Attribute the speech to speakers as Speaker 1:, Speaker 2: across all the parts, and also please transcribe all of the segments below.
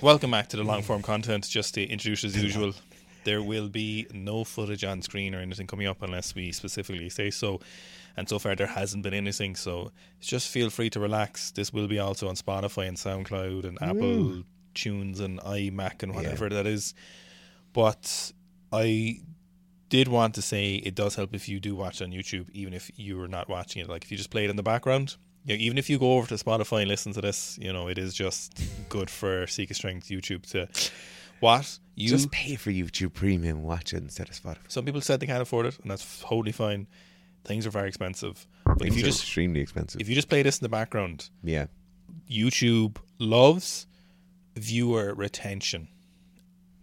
Speaker 1: Welcome back to the long form content. Just to introduce as usual, there will be no footage on screen or anything coming up unless we specifically say so. And so far, there hasn't been anything. So just feel free to relax. This will be also on Spotify and SoundCloud and Apple Tunes and iMac and whatever that is. But I did want to say it does help if you do watch on YouTube, even if you are not watching it. Like if you just play it in the background, you know, even if you go over to Spotify and listen to this, you know it is just good for Seeker Strength YouTube to what you.
Speaker 2: Just pay for YouTube Premium and watch it instead of Spotify.
Speaker 1: Some people said they can't afford it, and that's totally fine. Things are very expensive, but if
Speaker 2: Things
Speaker 1: you
Speaker 2: are
Speaker 1: just
Speaker 2: extremely expensive.
Speaker 1: if you just play this in the background,
Speaker 2: yeah.
Speaker 1: YouTube loves viewer retention.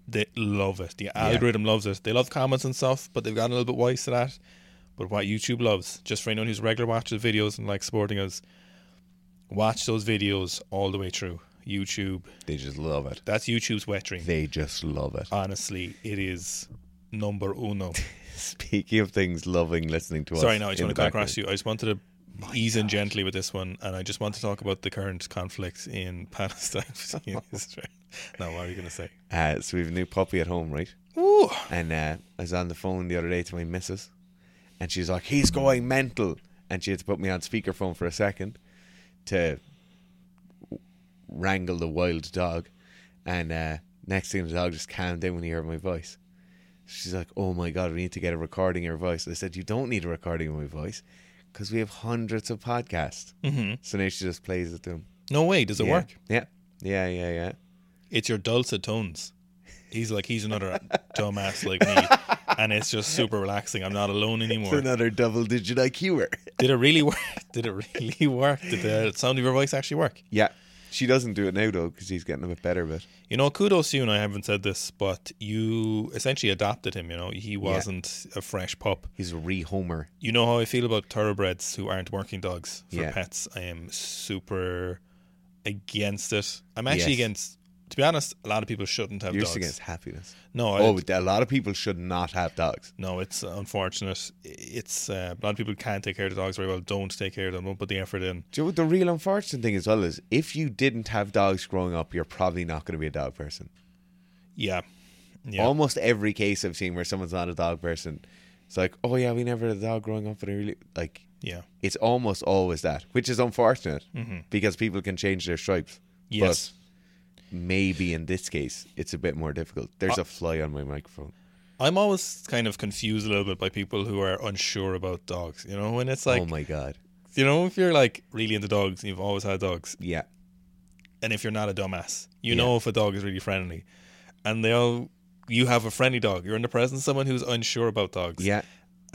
Speaker 1: They love it. The algorithm loves it. They love comments and stuff, but they've gotten a little bit wise to that. But what YouTube loves, just for anyone who's regular watches videos and like supporting us, watch those videos all the way through. YouTube.
Speaker 2: They just love it.
Speaker 1: That's YouTube's wet dream.
Speaker 2: They just love it.
Speaker 1: Honestly, it is number uno.
Speaker 2: Speaking of things loving listening to us.
Speaker 1: Sorry, no, I just
Speaker 2: in
Speaker 1: want to
Speaker 2: the
Speaker 1: cut
Speaker 2: background.
Speaker 1: across you. I just wanted to ease in gently with this one, and I just want to talk about the current conflict in Palestine between Israel. No, what are you going to say?
Speaker 2: Uh, so we have a new puppy at home, right?
Speaker 1: Ooh.
Speaker 2: And uh, I was on the phone the other day to my missus, and she's like, "He's going mental," and she had to put me on speakerphone for a second to wrangle the wild dog. And uh, next thing, the dog just calmed down when he heard my voice. She's like, "Oh my god, we need to get a recording of your voice." I said, "You don't need a recording of my voice." Because we have hundreds of podcasts, mm-hmm. so now she just plays it to him.
Speaker 1: No way, does it
Speaker 2: yeah.
Speaker 1: work?
Speaker 2: Yeah, yeah, yeah, yeah.
Speaker 1: It's your dulcet tones. He's like, he's another dumbass like me. And it's just super relaxing. I'm not alone
Speaker 2: It's
Speaker 1: anymore.
Speaker 2: another double-digit IQer.
Speaker 1: Did it really work? Did it really work? Did the sound of your voice actually work?
Speaker 2: Yeah. She doesn't do it now though because he's getting a bit better. But
Speaker 1: You know, kudos to you, and I haven't said this, but you essentially adopted him, you know. He wasn't a fresh pup.
Speaker 2: he's a rehomer.
Speaker 1: You know how I feel about thoroughbreds who aren't working dogs for
Speaker 2: Yeah.
Speaker 1: pets. I am super against it. I'm actually
Speaker 2: Yes. against-
Speaker 1: against. To be honest, a lot of people shouldn't have
Speaker 2: You're
Speaker 1: dogs.
Speaker 2: just against happiness.
Speaker 1: No, I,
Speaker 2: Oh, but a lot of people should not have dogs.
Speaker 1: no, it's unfortunate. It's uh, a lot of people can't take care of the dogs very well. Don't take care of them. Don't put the effort in.
Speaker 2: Do you know what the real unfortunate thing as well is? If you didn't have dogs growing up, you're probably not going to be a dog person.
Speaker 1: Yeah, yeah.
Speaker 2: Almost every case I've seen where someone's not a dog person, it's like, oh yeah, we never had a dog growing up, but I really like.
Speaker 1: yeah.
Speaker 2: It's almost always that, which is unfortunate
Speaker 1: Mm-hmm.
Speaker 2: because people can change their stripes.
Speaker 1: Yes.
Speaker 2: But maybe in this case, it's a bit more difficult. There's a fly on my microphone.
Speaker 1: I'm always kind of confused a little bit by people who are unsure about dogs. You know, and it's like,
Speaker 2: oh my god.
Speaker 1: you know, if you're like really into dogs, and you've always had dogs,
Speaker 2: Yeah.
Speaker 1: and if you're not a dumbass, you
Speaker 2: Yeah.
Speaker 1: know if a dog is really friendly, and they'll you have a friendly dog. You're in the presence of someone who's unsure about dogs,
Speaker 2: Yeah.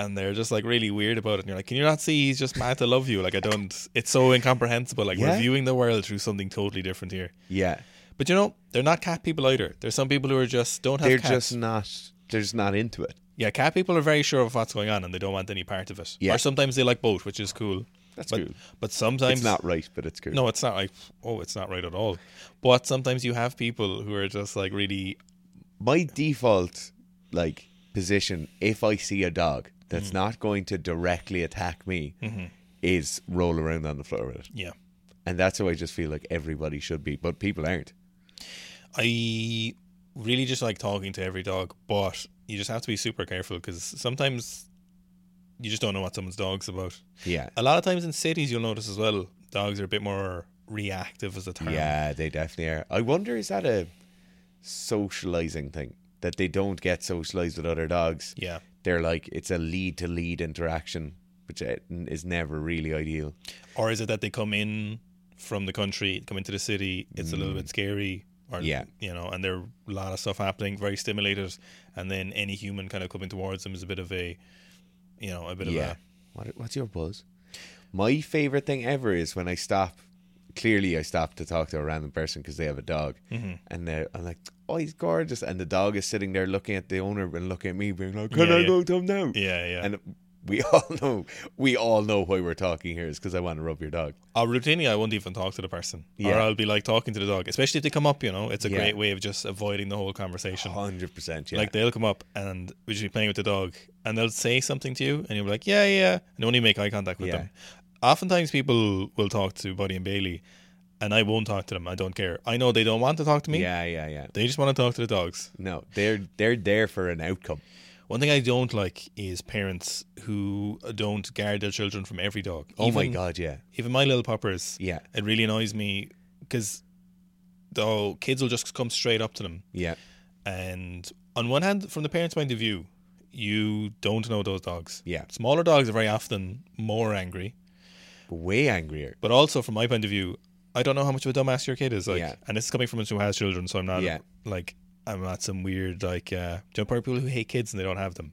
Speaker 1: and they're just like really weird about it. And you're like, can you not see he's just mad to love you? Like I don't. It's so incomprehensible. Like
Speaker 2: Yeah.
Speaker 1: we're viewing the world through something totally different here.
Speaker 2: Yeah.
Speaker 1: But you know, they're not cat people either. There's some people who are just don't have
Speaker 2: They're
Speaker 1: cats.
Speaker 2: just not they're just not into it.
Speaker 1: yeah, cat people are very sure of what's going on and they don't want any part of it.
Speaker 2: Yeah.
Speaker 1: Or sometimes they like both, which is cool.
Speaker 2: That's
Speaker 1: but,
Speaker 2: cool.
Speaker 1: But sometimes
Speaker 2: It's not right, but it's good.
Speaker 1: No, it's not like oh, it's not right at all. But sometimes you have people who are just like really
Speaker 2: My default like position if I see a dog that's not going to directly attack me is roll around on the floor with it.
Speaker 1: yeah.
Speaker 2: And that's how I just feel like everybody should be, but people aren't.
Speaker 1: I really just like talking to every dog, but you just have to be super careful because sometimes you just don't know what someone's dog's about.
Speaker 2: Yeah.
Speaker 1: A lot of times in cities, you'll notice as well, dogs are a bit more reactive as a term.
Speaker 2: Yeah, they definitely are. I wonder is that a socializing thing that they don't get socialized with other dogs?
Speaker 1: Yeah.
Speaker 2: They're like it's a lead to lead interaction, which uh, n- is never really ideal.
Speaker 1: Or is it that they come in from the country, come into the city, it's a little bit scary. Or,
Speaker 2: Mm. Yeah.
Speaker 1: you know, and there are a lot of stuff happening, very stimulated, and then any human kind of coming towards them is a bit of a, you know, a bit
Speaker 2: Yeah.
Speaker 1: of
Speaker 2: What, what's your buzz? My favorite thing ever is when I stop. Clearly, I stop to talk to a random person because they have a dog,
Speaker 1: Mm-hmm.
Speaker 2: and they're, I'm like, "Oh, he's gorgeous," and the dog is sitting there looking at the owner and looking at me, being like, "Can
Speaker 1: Yeah,
Speaker 2: I
Speaker 1: yeah.
Speaker 2: go to him now?"
Speaker 1: a yeah, yeah.
Speaker 2: And we all know, we all know why we're talking here is because I want to rub your dog.
Speaker 1: I'll routinely I won't even talk to the person, or
Speaker 2: Yeah.
Speaker 1: I'll be like talking to the dog, especially if they come up. You know, it's a
Speaker 2: Yeah.
Speaker 1: great way of just avoiding the whole conversation.
Speaker 2: Hundred percent, yeah.
Speaker 1: Like they'll come up and we should be playing with the dog, and they'll say something to you, and you'll be like, "Yeah, yeah," and only make eye contact with
Speaker 2: Yeah.
Speaker 1: them. Oftentimes, people will talk to Buddy and Bailey, and I won't talk to them. I don't care. I know they don't want to talk to me.
Speaker 2: Yeah, yeah, yeah.
Speaker 1: They just want to talk to the dogs.
Speaker 2: No, they're they're there for an outcome.
Speaker 1: One thing I don't like is parents who don't guard their children from every dog.
Speaker 2: Oh my
Speaker 1: Even-
Speaker 2: god, yeah,
Speaker 1: Even my little poppers.
Speaker 2: yeah,
Speaker 1: It really annoys me because though kids will just come straight up to them.
Speaker 2: yeah,
Speaker 1: And on one hand, from the parents' point of view, you don't know those dogs.
Speaker 2: yeah.
Speaker 1: Smaller dogs are very often more angry.
Speaker 2: But way angrier.
Speaker 1: But also from my point of view, I don't know how much of a dumbass your kid is. Like
Speaker 2: Yeah.
Speaker 1: and this is coming from someone who has children, so I'm not
Speaker 2: Yeah.
Speaker 1: like I'm not some weird like uh do you know people who hate kids and they don't have them.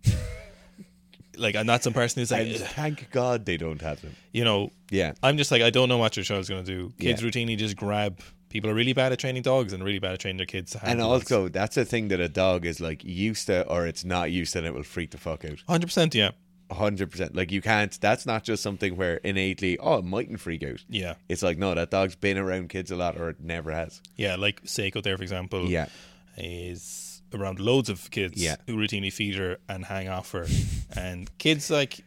Speaker 1: like I'm not some person who's like
Speaker 2: And
Speaker 1: "Ugh,"
Speaker 2: thank God they don't have them.
Speaker 1: you know,
Speaker 2: Yeah,
Speaker 1: I'm just like I don't know what your child's gonna do. Kids routinely just grab people are really bad at training dogs and really bad at training their kids to
Speaker 2: and
Speaker 1: handle dogs.
Speaker 2: also that's a thing that a dog is like used to, or it's not used to, and it will freak the fuck out.
Speaker 1: 100% yeah.
Speaker 2: hundred percent. Like you can't. That's not just something where innately, oh, it mightn't freak out.
Speaker 1: Yeah.
Speaker 2: It's like no, that dog's been around kids a lot, or it never has.
Speaker 1: Yeah, like Seiko there for example.
Speaker 2: Yeah,
Speaker 1: is around loads of kids
Speaker 2: Yeah.
Speaker 1: who routinely feed her and hang off her. and kids like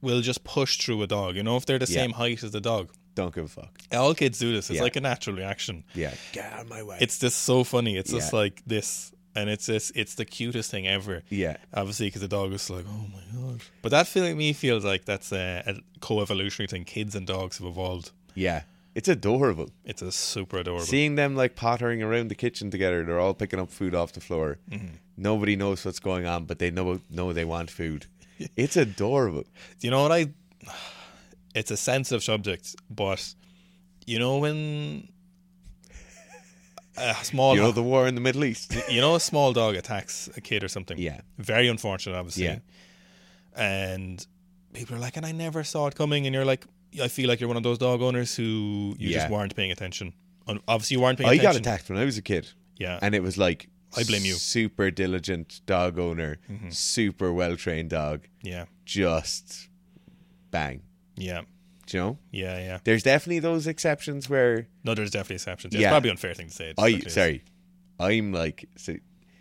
Speaker 1: will just push through a dog, you know, if they're the
Speaker 2: Yeah.
Speaker 1: same height as the dog.
Speaker 2: don't give a fuck.
Speaker 1: All kids do this. It's
Speaker 2: Yeah.
Speaker 1: like a natural reaction.
Speaker 2: Yeah, get out of my way.
Speaker 1: It's just so funny. It's just
Speaker 2: Yeah.
Speaker 1: like this. And it's this it's the cutest thing ever.
Speaker 2: yeah,
Speaker 1: Obviously, because the dog is like, oh my god. But that feeling me feels like that's a, a co-evolutionary thing. Kids and dogs have evolved.
Speaker 2: yeah. It's adorable.
Speaker 1: It's a super adorable.
Speaker 2: Seeing them like pottering around the kitchen together, they're all picking up food off the floor. Nobody knows what's going on, but they know know they want food. It's adorable.
Speaker 1: Do you know what I? It's a sensitive subject, but you know when a small
Speaker 2: You know the war in the Middle East.
Speaker 1: you know a small dog attacks a kid or something.
Speaker 2: Yeah.
Speaker 1: very unfortunate, obviously.
Speaker 2: Yeah.
Speaker 1: and people are like, and I never saw it coming, and you're like, I feel like you're one of those dog owners who you
Speaker 2: Yeah.
Speaker 1: just weren't paying attention. Un- Obviously, you weren't paying
Speaker 2: I got
Speaker 1: attention.
Speaker 2: attacked when I was a kid.
Speaker 1: Yeah,
Speaker 2: and it was like
Speaker 1: I blame you. Mm-hmm.
Speaker 2: Super diligent dog owner, super well trained dog,
Speaker 1: yeah,
Speaker 2: just bang.
Speaker 1: yeah,
Speaker 2: Do you know?
Speaker 1: yeah, yeah.
Speaker 2: There's definitely those exceptions where
Speaker 1: No, there's definitely exceptions. Yeah,
Speaker 2: Yeah.
Speaker 1: It's probably an unfair thing to say. It
Speaker 2: I
Speaker 1: definitely is.
Speaker 2: sorry, I'm like so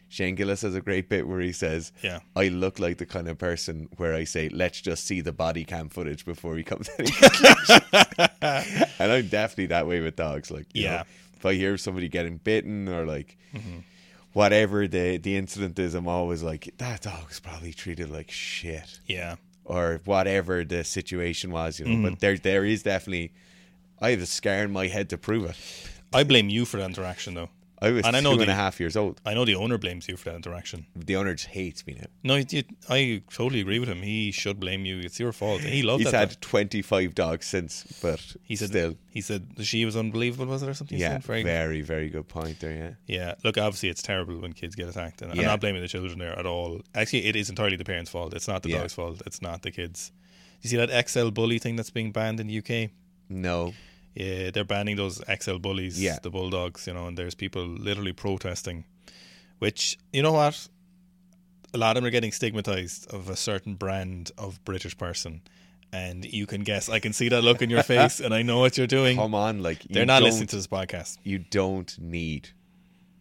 Speaker 2: Shane Gillis has a great bit where he says,
Speaker 1: Yeah.
Speaker 2: I look like the kind of person where I say, let's just see the body cam footage before he comes in." and I'm definitely that way with dogs. Like, you
Speaker 1: Yeah. Mm-hmm.
Speaker 2: know, if I hear somebody getting bitten or like whatever the the incident is, I'm always like, that dog's probably treated like shit
Speaker 1: Yeah,
Speaker 2: or whatever the situation was, you know.
Speaker 1: Mm-hmm.
Speaker 2: But there there is definitely I have a scar in my head to prove it.
Speaker 1: I blame you for that interaction, though.
Speaker 2: I was
Speaker 1: And I
Speaker 2: two
Speaker 1: know
Speaker 2: and a half
Speaker 1: the-
Speaker 2: years old.
Speaker 1: I know the owner blames you for that interaction.
Speaker 2: The owner just hates me now.
Speaker 1: No, it, it, I totally agree with him. He should blame you. It's your fault. He loved
Speaker 2: He's
Speaker 1: that.
Speaker 2: had
Speaker 1: dog.
Speaker 2: 25 dogs since, but
Speaker 1: he said
Speaker 2: still.
Speaker 1: He said the she was unbelievable, was it or something? he
Speaker 2: Yeah,
Speaker 1: said? Very-
Speaker 2: very, very good point there, yeah.
Speaker 1: yeah. Look, obviously it's terrible when kids get attacked, and I'm
Speaker 2: Yeah.
Speaker 1: not blaming the children there at all. Actually, it is entirely the parents' fault. It's not the
Speaker 2: Yeah.
Speaker 1: dog's fault. It's not the kids. You see that XL bully thing that's being banned in the UK?
Speaker 2: No.
Speaker 1: Yeah, they're banning those XL bullies,
Speaker 2: Yeah.
Speaker 1: the bulldogs, you know, and there's people literally protesting. Which you know what? A lot of them are getting stigmatized of a certain brand of British person. And you can guess I can see that look in your face and I know what you're doing.
Speaker 2: Come on, like you
Speaker 1: they're not
Speaker 2: don't,
Speaker 1: listening to this podcast.
Speaker 2: you don't need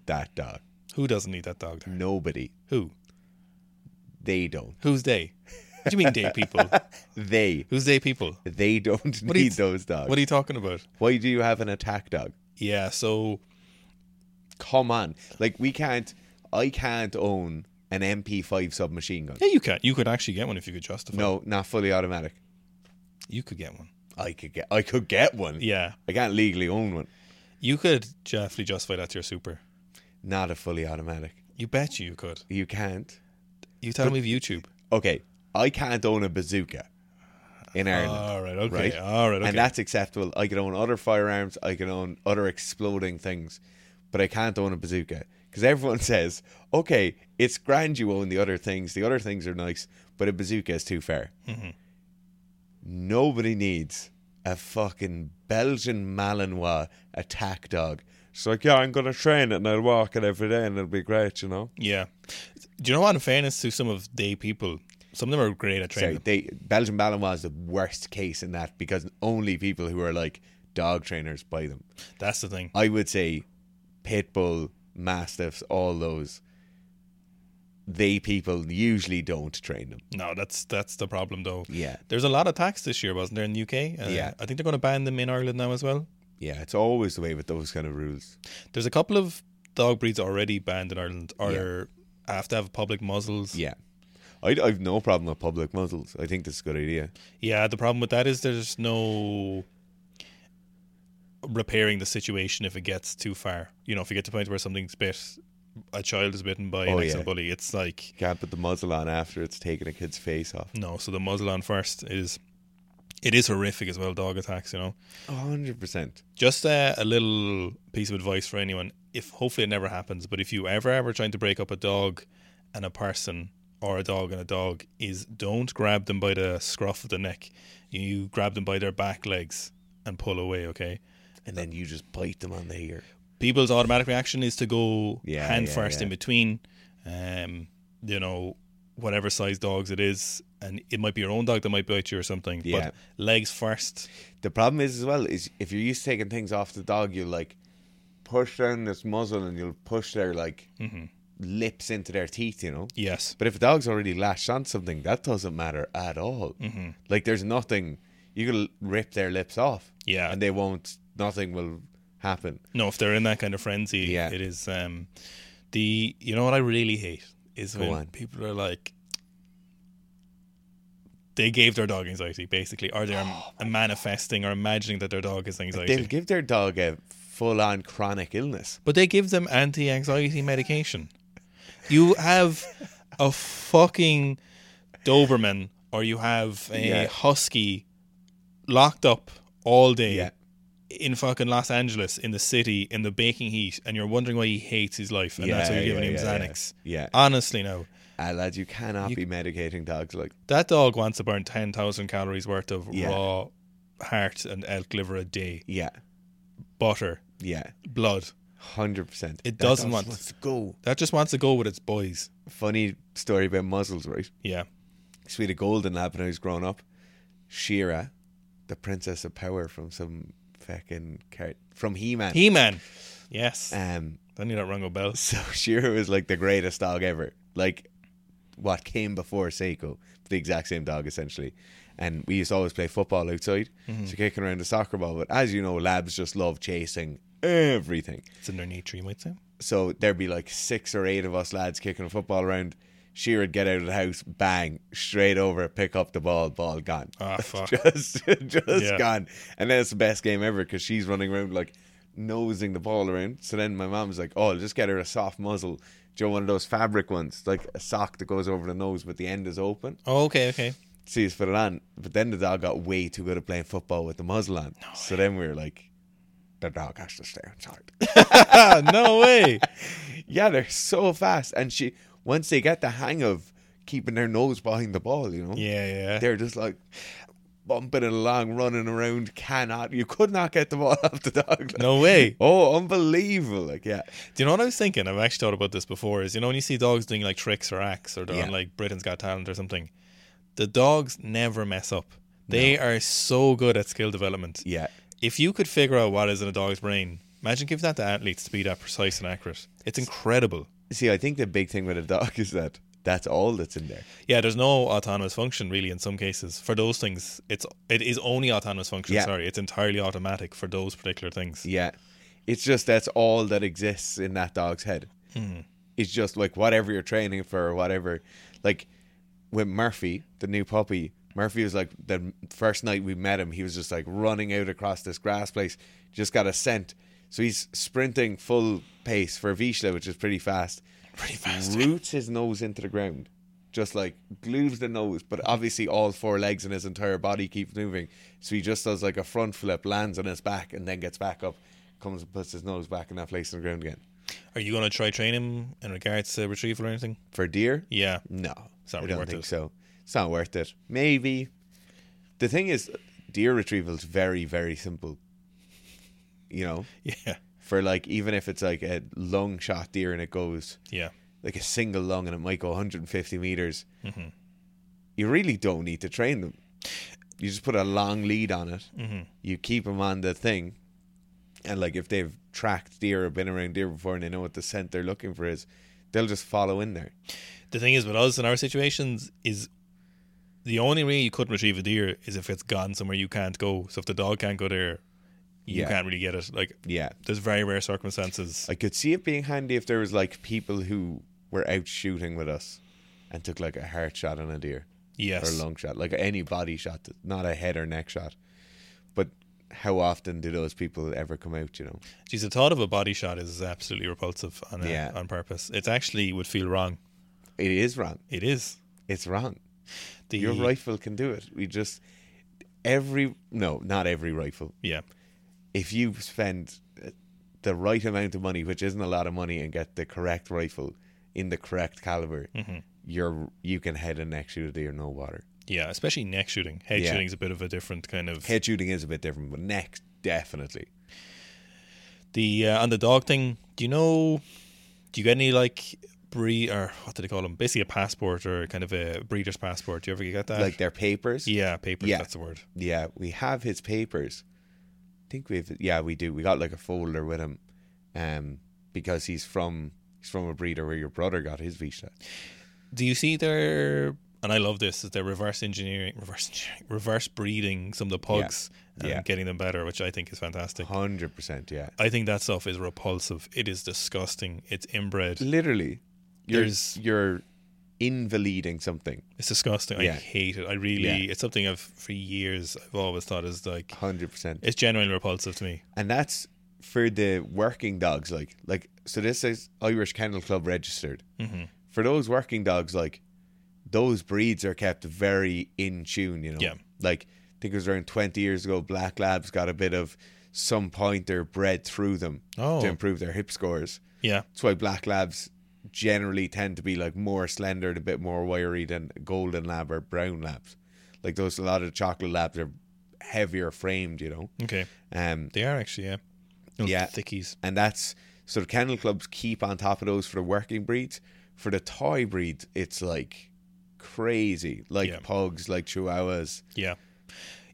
Speaker 2: that dog.
Speaker 1: Who doesn't need that dog there?
Speaker 2: Nobody.
Speaker 1: Who?
Speaker 2: They don't.
Speaker 1: Who's they? What do you mean they people?
Speaker 2: They
Speaker 1: Who's they people?
Speaker 2: they don't
Speaker 1: are you
Speaker 2: need
Speaker 1: t-
Speaker 2: those dogs.
Speaker 1: What are you talking about?
Speaker 2: Why do you have an attack dog?
Speaker 1: Yeah, so
Speaker 2: Come on. Like we can't I can't own an MP5 submachine gun.
Speaker 1: yeah, you can you could actually get one if you could justify. it.
Speaker 2: No, not fully automatic.
Speaker 1: You could get one.
Speaker 2: I could get I could get one.
Speaker 1: Yeah.
Speaker 2: I can't legally own one.
Speaker 1: You could definitely justify that to your super.
Speaker 2: Not a fully automatic.
Speaker 1: You bet you you could.
Speaker 2: You can't.
Speaker 1: You tell me of YouTube.
Speaker 2: Okay, I can't own a bazooka in Ireland.
Speaker 1: All right, okay,
Speaker 2: right?
Speaker 1: all right, okay.
Speaker 2: And that's acceptable. I can own other firearms, I can own other exploding things, but I can't own a bazooka. Because everyone says, okay, it's grand you own the other things, the other things are nice, but a bazooka is too far.
Speaker 1: Mm-hmm.
Speaker 2: Nobody needs a fucking Belgian Malinois attack dog. It's like, yeah, I'm going to train it and I'll walk it every day and it'll be great, you know?
Speaker 1: yeah. Do you know what? In fairness to some of they people, some of them are great at
Speaker 2: Sorry,
Speaker 1: training.
Speaker 2: they Belgian Malinois is the worst case in that because only people who are like dog trainers buy them.
Speaker 1: That's the thing.
Speaker 2: I would say pit bull, mastiffs, all those. They people usually don't train them.
Speaker 1: No, that's that's the problem though.
Speaker 2: Yeah,
Speaker 1: There's a lot of tax this year, wasn't there, in the UK? Uh,
Speaker 2: Yeah.
Speaker 1: I think they're going to ban them in Ireland now as well.
Speaker 2: Yeah, it's always the way with those kind of rules.
Speaker 1: There's a couple of dog breeds already banned in Ireland or have to have public muzzles.
Speaker 2: Yeah. I, I've no problem with public muzzles. I think that's a good idea.
Speaker 1: Yeah, the problem with that is there's no repairing the situation if it gets too far. You know, if you get to the point where something's bit, a child is bitten by
Speaker 2: Oh,
Speaker 1: an yeah.
Speaker 2: yeah.
Speaker 1: bully, it's like,
Speaker 2: You can't put the muzzle on after it's taken a kid's face off.
Speaker 1: no. So the muzzle on first is, it is horrific as well, dog attacks, you know.
Speaker 2: A 100%.
Speaker 1: Just uh, a little piece of advice for anyone. If hopefully it never happens, but if you ever ever trying to break up a dog and a person or a dog and a dog, is don't grab them by the scruff of the neck. You grab them by their back legs and pull away. Okay.
Speaker 2: And then you just bite them on the ear.
Speaker 1: People's automatic reaction is to go
Speaker 2: Yeah,
Speaker 1: hand
Speaker 2: yeah,
Speaker 1: first
Speaker 2: yeah.
Speaker 1: in between. Um, you know, whatever size dogs it is, and it might be your own dog that might bite you or something.
Speaker 2: Yeah.
Speaker 1: But legs first.
Speaker 2: The problem is as well is if you're used to taking things off the dog, you'll like push down this muzzle and you'll push their like lips into their teeth, you know.
Speaker 1: Yes.
Speaker 2: But if a dog's already lashed on something, that doesn't matter at all.
Speaker 1: Mm-hmm.
Speaker 2: Like there's nothing you can rip their lips off,
Speaker 1: Yeah.
Speaker 2: and they won't. Nothing will happen.
Speaker 1: No, if they're in that kind of frenzy,
Speaker 2: Yeah.
Speaker 1: it is. Um, the you know what I really hate is when
Speaker 2: on.
Speaker 1: people are like, they gave their dog anxiety basically, or they're manifesting or imagining that their dog is anxiety.
Speaker 2: Oh They'll give their dog a full-on chronic illness.
Speaker 1: but they give them anti-anxiety medication. You have a fucking Doberman, or you have a
Speaker 2: Yeah.
Speaker 1: husky locked up all day
Speaker 2: Yeah.
Speaker 1: in fucking Los Angeles, in the city, in the baking heat, and you're wondering why he hates his life, and that's why you're giving him Xanax.
Speaker 2: Yeah,
Speaker 1: Honestly, no.
Speaker 2: Ah, lad, you cannot be medicating dogs like
Speaker 1: That dog wants to burn 10,000 calories worth of
Speaker 2: Yeah.
Speaker 1: raw heart and elk liver a day,
Speaker 2: yeah,
Speaker 1: butter,
Speaker 2: yeah,
Speaker 1: blood.
Speaker 2: hundred percent.
Speaker 1: It doesn't want-
Speaker 2: to go.
Speaker 1: That just wants to go with its boys.
Speaker 2: Funny story about muzzles, right?
Speaker 1: Yeah.
Speaker 2: So we had a golden lab when I was growing up. Shira, the princess of power from some fucking cart from He-Man.
Speaker 1: He Man. Yes.
Speaker 2: um,
Speaker 1: I knew that rung a bell.
Speaker 2: so Shira was like the greatest dog ever. Like what came before Seiko, the exact same dog essentially. And we used to always play football outside, so kicking around the soccer ball. But as you know, labs just love chasing everything.
Speaker 1: It's in their nature, you might say.
Speaker 2: So there'd be like six or eight of us lads kicking a football around. She would get out of the house, bang, straight over, pick up the ball, ball gone.
Speaker 1: Ah, fuck.
Speaker 2: just just
Speaker 1: Yeah.
Speaker 2: gone. And then it's the best game ever because she's running around like nosing the ball around. So then my mom's like, oh, I'll just get her a soft muzzle. Do you want one of those fabric ones? Like a sock that goes over the nose, but the end is open.
Speaker 1: Oh, okay, okay.
Speaker 2: See, it's put it on. But then the dog got way too good at playing football with the muzzle on. so then we were like, the dog has to stay inside.
Speaker 1: Ah, no way.
Speaker 2: Yeah, they're so fast. And she once they get the hang of keeping their nose behind the ball, you know,
Speaker 1: Yeah, yeah.
Speaker 2: they're just like bumping it along, running around, cannot you could not get the ball off the dog. Like,
Speaker 1: No way.
Speaker 2: Oh, unbelievable. Like, yeah.
Speaker 1: Do you know what I was thinking? I've actually thought about this before. Is you know when you see dogs doing like tricks or acts or they're on
Speaker 2: Yeah.
Speaker 1: like Britain's Got Talent or something, the dogs never mess up. They are so good at skill development.
Speaker 2: Yeah.
Speaker 1: If you could figure out what is in a dog's brain, imagine giving that to athletes to be that precise and accurate. It's incredible.
Speaker 2: See, I think the big thing with a dog is that that's all that's in there.
Speaker 1: Yeah, there's no autonomous function really in some cases for those things. It's it is only autonomous function.
Speaker 2: Yeah.
Speaker 1: Sorry, it's entirely automatic for those particular things.
Speaker 2: Yeah. It's just that's all that exists in that dog's head. It's just like whatever you're training for or whatever. Like with Murphy, the new puppy, Murphy was like the first night we met him, he was just like running out across this grass place, just got a scent. So he's sprinting full pace for Vishla, which is pretty fast.
Speaker 1: Pretty fast.
Speaker 2: Roots his nose into the ground. Just like glues the nose, but obviously all four legs and his entire body keeps moving. So he just does like a front flip, lands on his back, and then gets back up, comes and puts his nose back in that place on the ground again.
Speaker 1: Are you going to try train him in regards to retrieval or anything?
Speaker 2: For deer,
Speaker 1: Yeah.
Speaker 2: no,
Speaker 1: It's not
Speaker 2: I
Speaker 1: really
Speaker 2: don't
Speaker 1: worth
Speaker 2: think
Speaker 1: it.
Speaker 2: so. It's not worth it. Maybe the thing is, deer retrieval is very, very simple. You know,
Speaker 1: Yeah.
Speaker 2: for like even if it's like a long shot deer and it goes
Speaker 1: Yeah.
Speaker 2: like a single lung and it might go 150 meters,
Speaker 1: Mm-hmm.
Speaker 2: you really don't need to train them. You just put a long lead on it.
Speaker 1: Mm-hmm.
Speaker 2: You keep them on the thing, and like if they've tracked deer or been around deer before and they know what the scent they're looking for is, they'll just follow in there.
Speaker 1: The thing is with us in our situations is the only way you couldn't retrieve a deer is if it's gone somewhere you can't go. So if the dog can't go there, you
Speaker 2: Yeah.
Speaker 1: can't really get it. Like
Speaker 2: Yeah.
Speaker 1: there's very rare circumstances.
Speaker 2: I could see it being handy if there was like people who were out shooting with us and took like a heart shot on a deer or a
Speaker 1: yes,
Speaker 2: lung shot, like any body shot, not a head or neck shot. But how often do those people ever come out, you know?
Speaker 1: geez, the thought of a body shot is absolutely repulsive on a,
Speaker 2: Yeah.
Speaker 1: on purpose. It actually would feel wrong.
Speaker 2: It is wrong.
Speaker 1: It is.
Speaker 2: It's wrong.
Speaker 1: The,
Speaker 2: Your rifle can do it. We just, every, no, not every rifle.
Speaker 1: Yeah,
Speaker 2: If you spend uh, the right amount of money, which isn't a lot of money, and get the correct rifle in the correct caliber, you're, you can head and neck shoot a deer, no water.
Speaker 1: yeah. Especially neck shooting. Head
Speaker 2: Yeah.
Speaker 1: shooting is a bit of a different kind of.
Speaker 2: Head shooting is a bit different, but neck, definitely.
Speaker 1: The uh, on the dog thing. Do you know? Do you get any like breed or what do they call them? Basically, a passport or kind of a breeder's passport. Do you ever get that?
Speaker 2: Like their papers.
Speaker 1: Uh, yeah, papers.
Speaker 2: Yeah.
Speaker 1: That's the word.
Speaker 2: Yeah, we have his papers. I think we've yeah, we do. We got like a folder with him, um, because he's from he's from a breeder where your brother got his visa.
Speaker 1: Do you see their? And I love this. Is their reverse engineering, reverse engineering, reverse breeding some of the pugs and
Speaker 2: Yeah.
Speaker 1: getting them better, which I think is fantastic.
Speaker 2: Hundred percent, yeah.
Speaker 1: I think that stuff is repulsive. It is disgusting. It's inbred.
Speaker 2: Literally, you're
Speaker 1: There's-
Speaker 2: you're invaliding something.
Speaker 1: It's disgusting. I
Speaker 2: Yeah.
Speaker 1: hate it. I really.
Speaker 2: Yeah.
Speaker 1: It's something I've for years. I've always thought is like
Speaker 2: Hundred percent,
Speaker 1: it's genuinely repulsive to me.
Speaker 2: and that's for the working dogs. Like like so, this is Irish Kennel Club registered.
Speaker 1: hmm
Speaker 2: for those working dogs, like those breeds are kept very in tune, you know.
Speaker 1: Yeah.
Speaker 2: Like I think it was around twenty years ago, Black Labs got a bit of some pointer bred through them
Speaker 1: Oh.
Speaker 2: to improve their hip scores.
Speaker 1: Yeah.
Speaker 2: That's why Black Labs generally tend to be like more slender and a bit more wiry than Golden Lab or Brown Labs. Like those a lot of chocolate labs are heavier framed, you know.
Speaker 1: Okay.
Speaker 2: Um
Speaker 1: They are actually, yeah. Those
Speaker 2: Yeah.
Speaker 1: Thickies.
Speaker 2: and that's sort of kennel clubs keep on top of those for the working breeds. For the toy breed, it's like crazy, like
Speaker 1: Yeah.
Speaker 2: pugs, like chihuahuas.
Speaker 1: Yeah.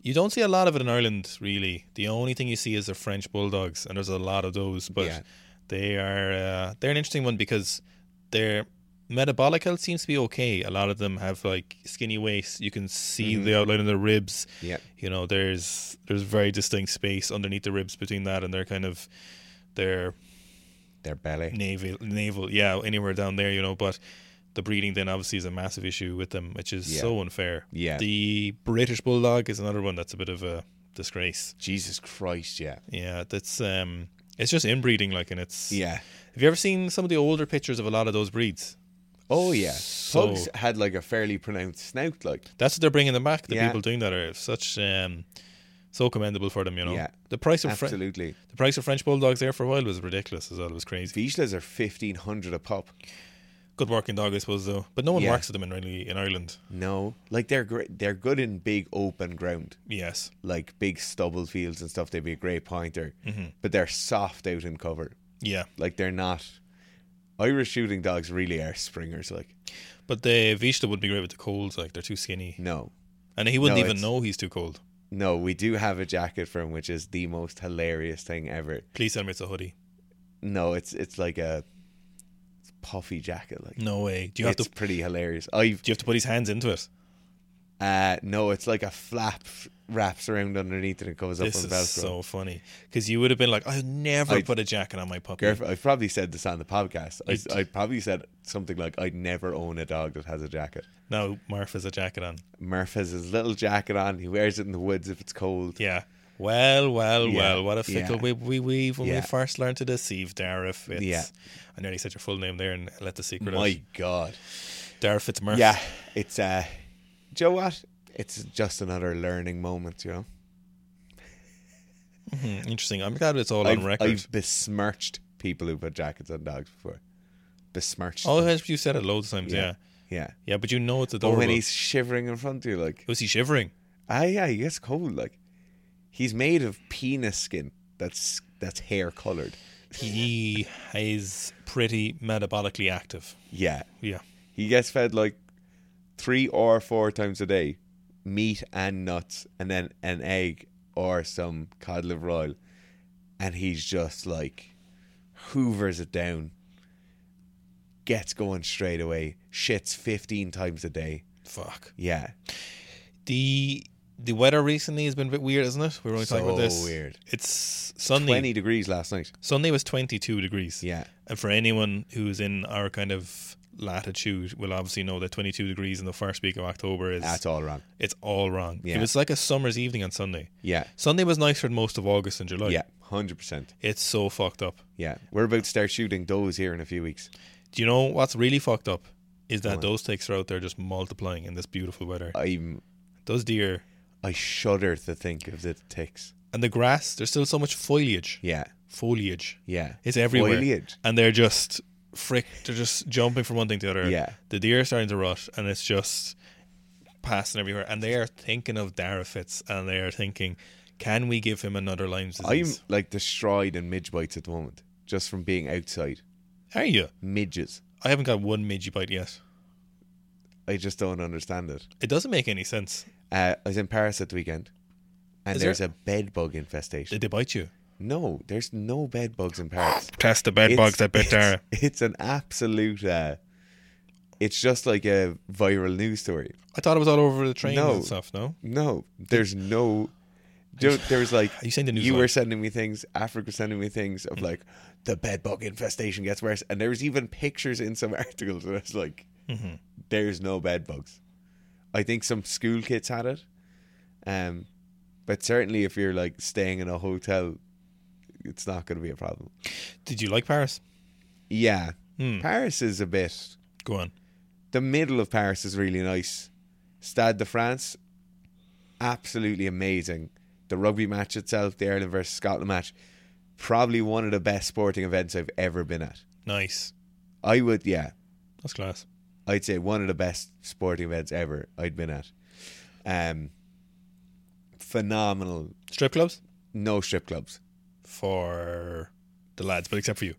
Speaker 1: You don't see a lot of it in Ireland, really. The only thing you see is the French bulldogs, and there's a lot of those. But
Speaker 2: Yeah.
Speaker 1: they are uh, they're an interesting one because their metabolic health seems to be okay. A lot of them have like skinny waists. You can see the outline of their ribs.
Speaker 2: Yeah,
Speaker 1: You know, there's there's very distinct space underneath the ribs between that and their kind of their
Speaker 2: their belly.
Speaker 1: naval naval yeah anywhere down there you know but the breeding then obviously is a massive issue with them which is
Speaker 2: Yeah.
Speaker 1: so unfair
Speaker 2: Yeah.
Speaker 1: the british bulldog is another one that's a bit of a disgrace
Speaker 2: Jesus Christ, yeah,
Speaker 1: yeah that's um it's just inbreeding like and it's
Speaker 2: yeah.
Speaker 1: have you ever seen some of the older pictures of a lot of those breeds
Speaker 2: Oh yeah,
Speaker 1: So-
Speaker 2: pugs had like a fairly pronounced snout, like
Speaker 1: that's what they're bringing them back the
Speaker 2: Yeah.
Speaker 1: people doing that are such um so commendable for them you know
Speaker 2: Yeah.
Speaker 1: the price of Fre-
Speaker 2: absolutely.
Speaker 1: the price of french bulldogs there for a while was ridiculous as well it was crazy
Speaker 2: Vizslas are fifteen hundred a pop.
Speaker 1: good working dog i suppose though but no one
Speaker 2: Yeah.
Speaker 1: works with them in really in ireland
Speaker 2: No, like they're great. They're good in big open ground,
Speaker 1: yes
Speaker 2: like big stubble fields and stuff. They'd be a great pointer,
Speaker 1: Mm-hmm.
Speaker 2: but they're soft out in cover.
Speaker 1: yeah
Speaker 2: Like they're not. Irish shooting dogs really are springers. Like
Speaker 1: But the Vista would be great with the colds. Like they're too skinny,
Speaker 2: no,
Speaker 1: and he wouldn't
Speaker 2: No,
Speaker 1: even
Speaker 2: it's-
Speaker 1: know he's too cold.
Speaker 2: no, we do have a jacket for him, which is the most hilarious thing ever.
Speaker 1: Please tell me it's a hoodie.
Speaker 2: No, it's it's like a puffy jacket. Like
Speaker 1: No way. Do you have
Speaker 2: it's
Speaker 1: to?
Speaker 2: pretty hilarious. I
Speaker 1: Do you have to put his hands into it?
Speaker 2: uh no, it's like a flap wraps around underneath it and covers
Speaker 1: This
Speaker 2: up on
Speaker 1: is
Speaker 2: Velcro.
Speaker 1: so funny because you would have been like, "I never
Speaker 2: I-
Speaker 1: put a jacket on my puppy."
Speaker 2: Garf, I've probably said this on the podcast.
Speaker 1: You d-
Speaker 2: I, I probably said something like, "I'd never own a dog that has a jacket."
Speaker 1: Now Murph has a jacket on.
Speaker 2: Murph has his little jacket on. He wears it in the woods if it's cold.
Speaker 1: Yeah. Well, well,
Speaker 2: Yeah,
Speaker 1: well. What a fickle
Speaker 2: yeah.
Speaker 1: web we weave when we
Speaker 2: Yeah.
Speaker 1: first learn to deceive, Dara Fitz.
Speaker 2: Yeah.
Speaker 1: I nearly said your full name there and let the secret
Speaker 2: My God.
Speaker 1: out. Dara Fitzmurph.
Speaker 2: Yeah, it's uh, do you know what? It's just another learning moment, you know.
Speaker 1: Hmm, interesting. I'm glad it's all
Speaker 2: I've,
Speaker 1: on record.
Speaker 2: I've besmirched people who put jackets on dogs before. Besmirched.
Speaker 1: Oh,
Speaker 2: them.
Speaker 1: yes, you've said it loads of times. Yeah.
Speaker 2: Yeah.
Speaker 1: Yeah,
Speaker 2: yeah.
Speaker 1: but you know it's
Speaker 2: But
Speaker 1: adorable.
Speaker 2: when he's shivering in front of you, like,
Speaker 1: Was he shivering?
Speaker 2: ah, yeah, he gets cold. Like, he's made of penis skin. That's that's hair colored.
Speaker 1: he is pretty metabolically active.
Speaker 2: Yeah,
Speaker 1: Yeah.
Speaker 2: he gets fed like three or four times a day, meat and nuts, and then an egg or some cod liver oil, and he's just like hoovers it down, gets going straight away, shits fifteen times a day.
Speaker 1: Fuck.
Speaker 2: Yeah,
Speaker 1: The the weather recently has been a bit weird, isn't it? We were only talking about
Speaker 2: So
Speaker 1: this.
Speaker 2: weird.
Speaker 1: It's Sunday.
Speaker 2: Twenty degrees last night.
Speaker 1: Sunday was 22 degrees.
Speaker 2: Yeah.
Speaker 1: And for anyone who's in our kind of latitude will obviously know that 22 degrees in the first week of October is
Speaker 2: That's all wrong.
Speaker 1: it's all wrong.
Speaker 2: Yeah.
Speaker 1: It was like a summer's evening on Sunday.
Speaker 2: Yeah.
Speaker 1: Sunday was nicer than most of August and July.
Speaker 2: Yeah. Hundred percent.
Speaker 1: It's so fucked up.
Speaker 2: Yeah. We're about to start shooting those here in a few weeks.
Speaker 1: Do you know what's really fucked up? Is that those ticks are out there just multiplying in this beautiful weather.
Speaker 2: I'm
Speaker 1: Those deer
Speaker 2: I shudder to think of the ticks.
Speaker 1: and the grass, there's still so much foliage.
Speaker 2: Yeah.
Speaker 1: Foliage.
Speaker 2: Yeah.
Speaker 1: It's everywhere.
Speaker 2: Foliage.
Speaker 1: And they're just frick they're just jumping from one thing to the other.
Speaker 2: Yeah.
Speaker 1: The deer are starting to rut and it's just passing everywhere. And they are thinking of Dara Fitz and they are thinking, Can we give him another Lyme
Speaker 2: I'm
Speaker 1: disease?
Speaker 2: like destroyed in midge bites at the moment, just from being outside.
Speaker 1: Are you?
Speaker 2: Midges.
Speaker 1: I haven't got one midge bite yet.
Speaker 2: I just don't understand it.
Speaker 1: It doesn't make any sense.
Speaker 2: Uh, I was in Paris at the weekend, and
Speaker 1: Is there-
Speaker 2: there's a bed bug infestation.
Speaker 1: Did they bite you?
Speaker 2: no, there's no bed bugs in Paris.
Speaker 1: Test the bed
Speaker 2: It's-
Speaker 1: bugs that bit
Speaker 2: it's-
Speaker 1: Dara.
Speaker 2: It's an absolute. Uh, it's just like a viral news story.
Speaker 1: I thought it was all over the trains
Speaker 2: No.
Speaker 1: and stuff, no?
Speaker 2: No, there's no. There there was like
Speaker 1: Are you saying the news
Speaker 2: you
Speaker 1: line?
Speaker 2: were sending me things. Africa was sending me things of like the bed bug infestation gets worse, and there was even pictures in some articles. And I was like, "There's no bed bugs." I think some school kids had it, um, but certainly if you're like staying in a hotel, it's not going to be a problem.
Speaker 1: Did you like Paris?
Speaker 2: Yeah,
Speaker 1: Hmm.
Speaker 2: Paris is a bit.
Speaker 1: Go on.
Speaker 2: The middle of Paris is really nice. Stade de France, absolutely amazing. The rugby match itself, the Ireland versus Scotland match, probably one of the best sporting events I've ever been at.
Speaker 1: Nice.
Speaker 2: I would, yeah,
Speaker 1: That's class.
Speaker 2: I'd say one of the best sporting events ever I'd been at. Um, phenomenal.
Speaker 1: Strip clubs?
Speaker 2: No strip clubs.
Speaker 1: For the lads, but except for you.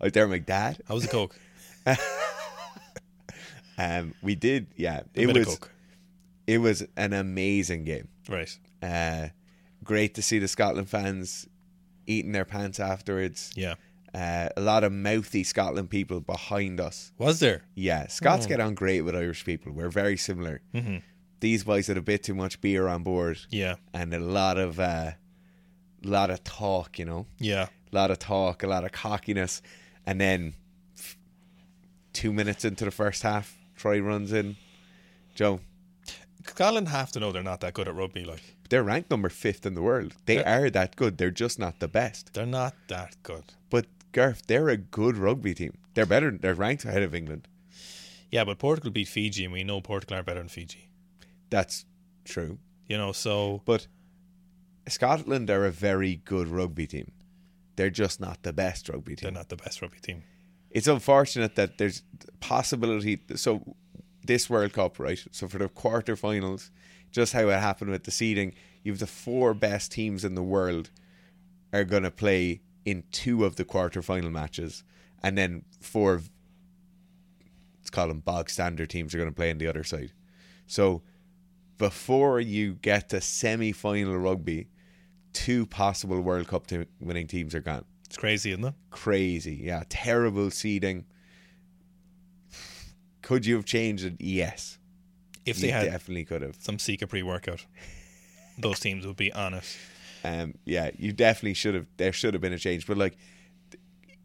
Speaker 2: I was there with my dad.
Speaker 1: How was the coke?
Speaker 2: Um, we did, yeah.
Speaker 1: A
Speaker 2: It
Speaker 1: bit of
Speaker 2: was
Speaker 1: coke.
Speaker 2: it was an amazing game.
Speaker 1: Right.
Speaker 2: Uh, great to see the Scotland fans eating their pants afterwards.
Speaker 1: Yeah.
Speaker 2: Uh, a lot of mouthy Scotland people behind us.
Speaker 1: Was there?
Speaker 2: Yeah, Scots get on great with Irish people. We're very similar.
Speaker 1: Mm-hmm.
Speaker 2: These boys had a bit too much beer on board
Speaker 1: Yeah.
Speaker 2: and a lot of uh, lot of talk. You know,
Speaker 1: Yeah.
Speaker 2: a lot of talk, a lot of cockiness, and then f- two minutes into the first half, Troy runs in. Joe,
Speaker 1: Scotland have to know they're not that good at rugby. Like
Speaker 2: they're ranked number fifth in the world. They
Speaker 1: Yeah.
Speaker 2: are that good. They're just not the best.
Speaker 1: they're not that good.
Speaker 2: But Garth, they're a good rugby team. They're better. They're ranked ahead of England.
Speaker 1: Yeah, but Portugal beat Fiji, and we know Portugal are better than Fiji.
Speaker 2: That's true.
Speaker 1: You know, so
Speaker 2: But Scotland are a very good rugby team. They're just not the best rugby
Speaker 1: they're
Speaker 2: team.
Speaker 1: not the best rugby team.
Speaker 2: It's unfortunate that there's possibility. So this World Cup, right? So for the quarterfinals, just how it happened with the seeding, you've the four best teams in the world are going to play in two of the quarterfinal matches, and then four of- let's call them bog standard teams are going to play on the other side. So before you get to semi final rugby, two possible World Cup te- winning teams are gone.
Speaker 1: It's crazy, isn't it?
Speaker 2: Crazy, yeah, terrible seeding. Could you have changed it? Yes,
Speaker 1: If
Speaker 2: you
Speaker 1: they had
Speaker 2: definitely could have.
Speaker 1: some Sika pre-workout, those teams would be on it.
Speaker 2: Um, yeah, you definitely should have. There should have been a change, but like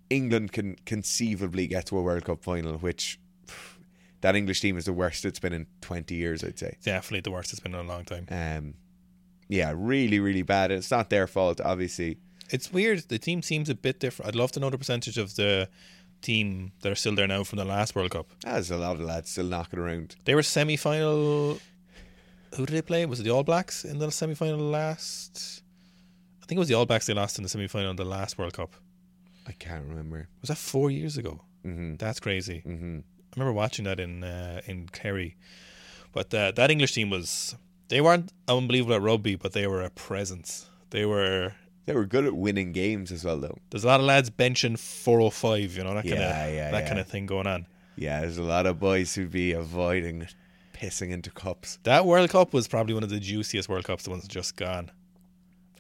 Speaker 2: England can conceivably get to a World Cup final, which pff, that English team is the worst it's been in twenty years, I'd say.
Speaker 1: Definitely the worst it's been in a long time.
Speaker 2: Um, yeah, really, really bad. It's not their fault, obviously.
Speaker 1: It's weird. The team seems a bit different. I'd love to know the percentage of the team that are still there now from the last World Cup.
Speaker 2: Ah, There's a lot of lads still knocking around.
Speaker 1: They were semi final. Who did they play? Was it the All Blacks in the semi final last? I think it was the All Blacks they lost in the semi final of the last World Cup.
Speaker 2: I can't remember.
Speaker 1: Was that four years ago?
Speaker 2: Mm-hmm.
Speaker 1: That's crazy.
Speaker 2: Mm-hmm.
Speaker 1: I remember watching that in uh, in Kerry. But uh, that English team was. They weren't unbelievable at rugby, but they were a presence. They were.
Speaker 2: They were good at winning games as well, though.
Speaker 1: There's a lot of lads benching 405, you know, that kind of
Speaker 2: Yeah, yeah,
Speaker 1: that
Speaker 2: yeah.
Speaker 1: kind of thing going on.
Speaker 2: Yeah, there's a lot of boys who'd be avoiding pissing into cups.
Speaker 1: That World Cup was probably one of the juiciest World Cups, the ones just gone.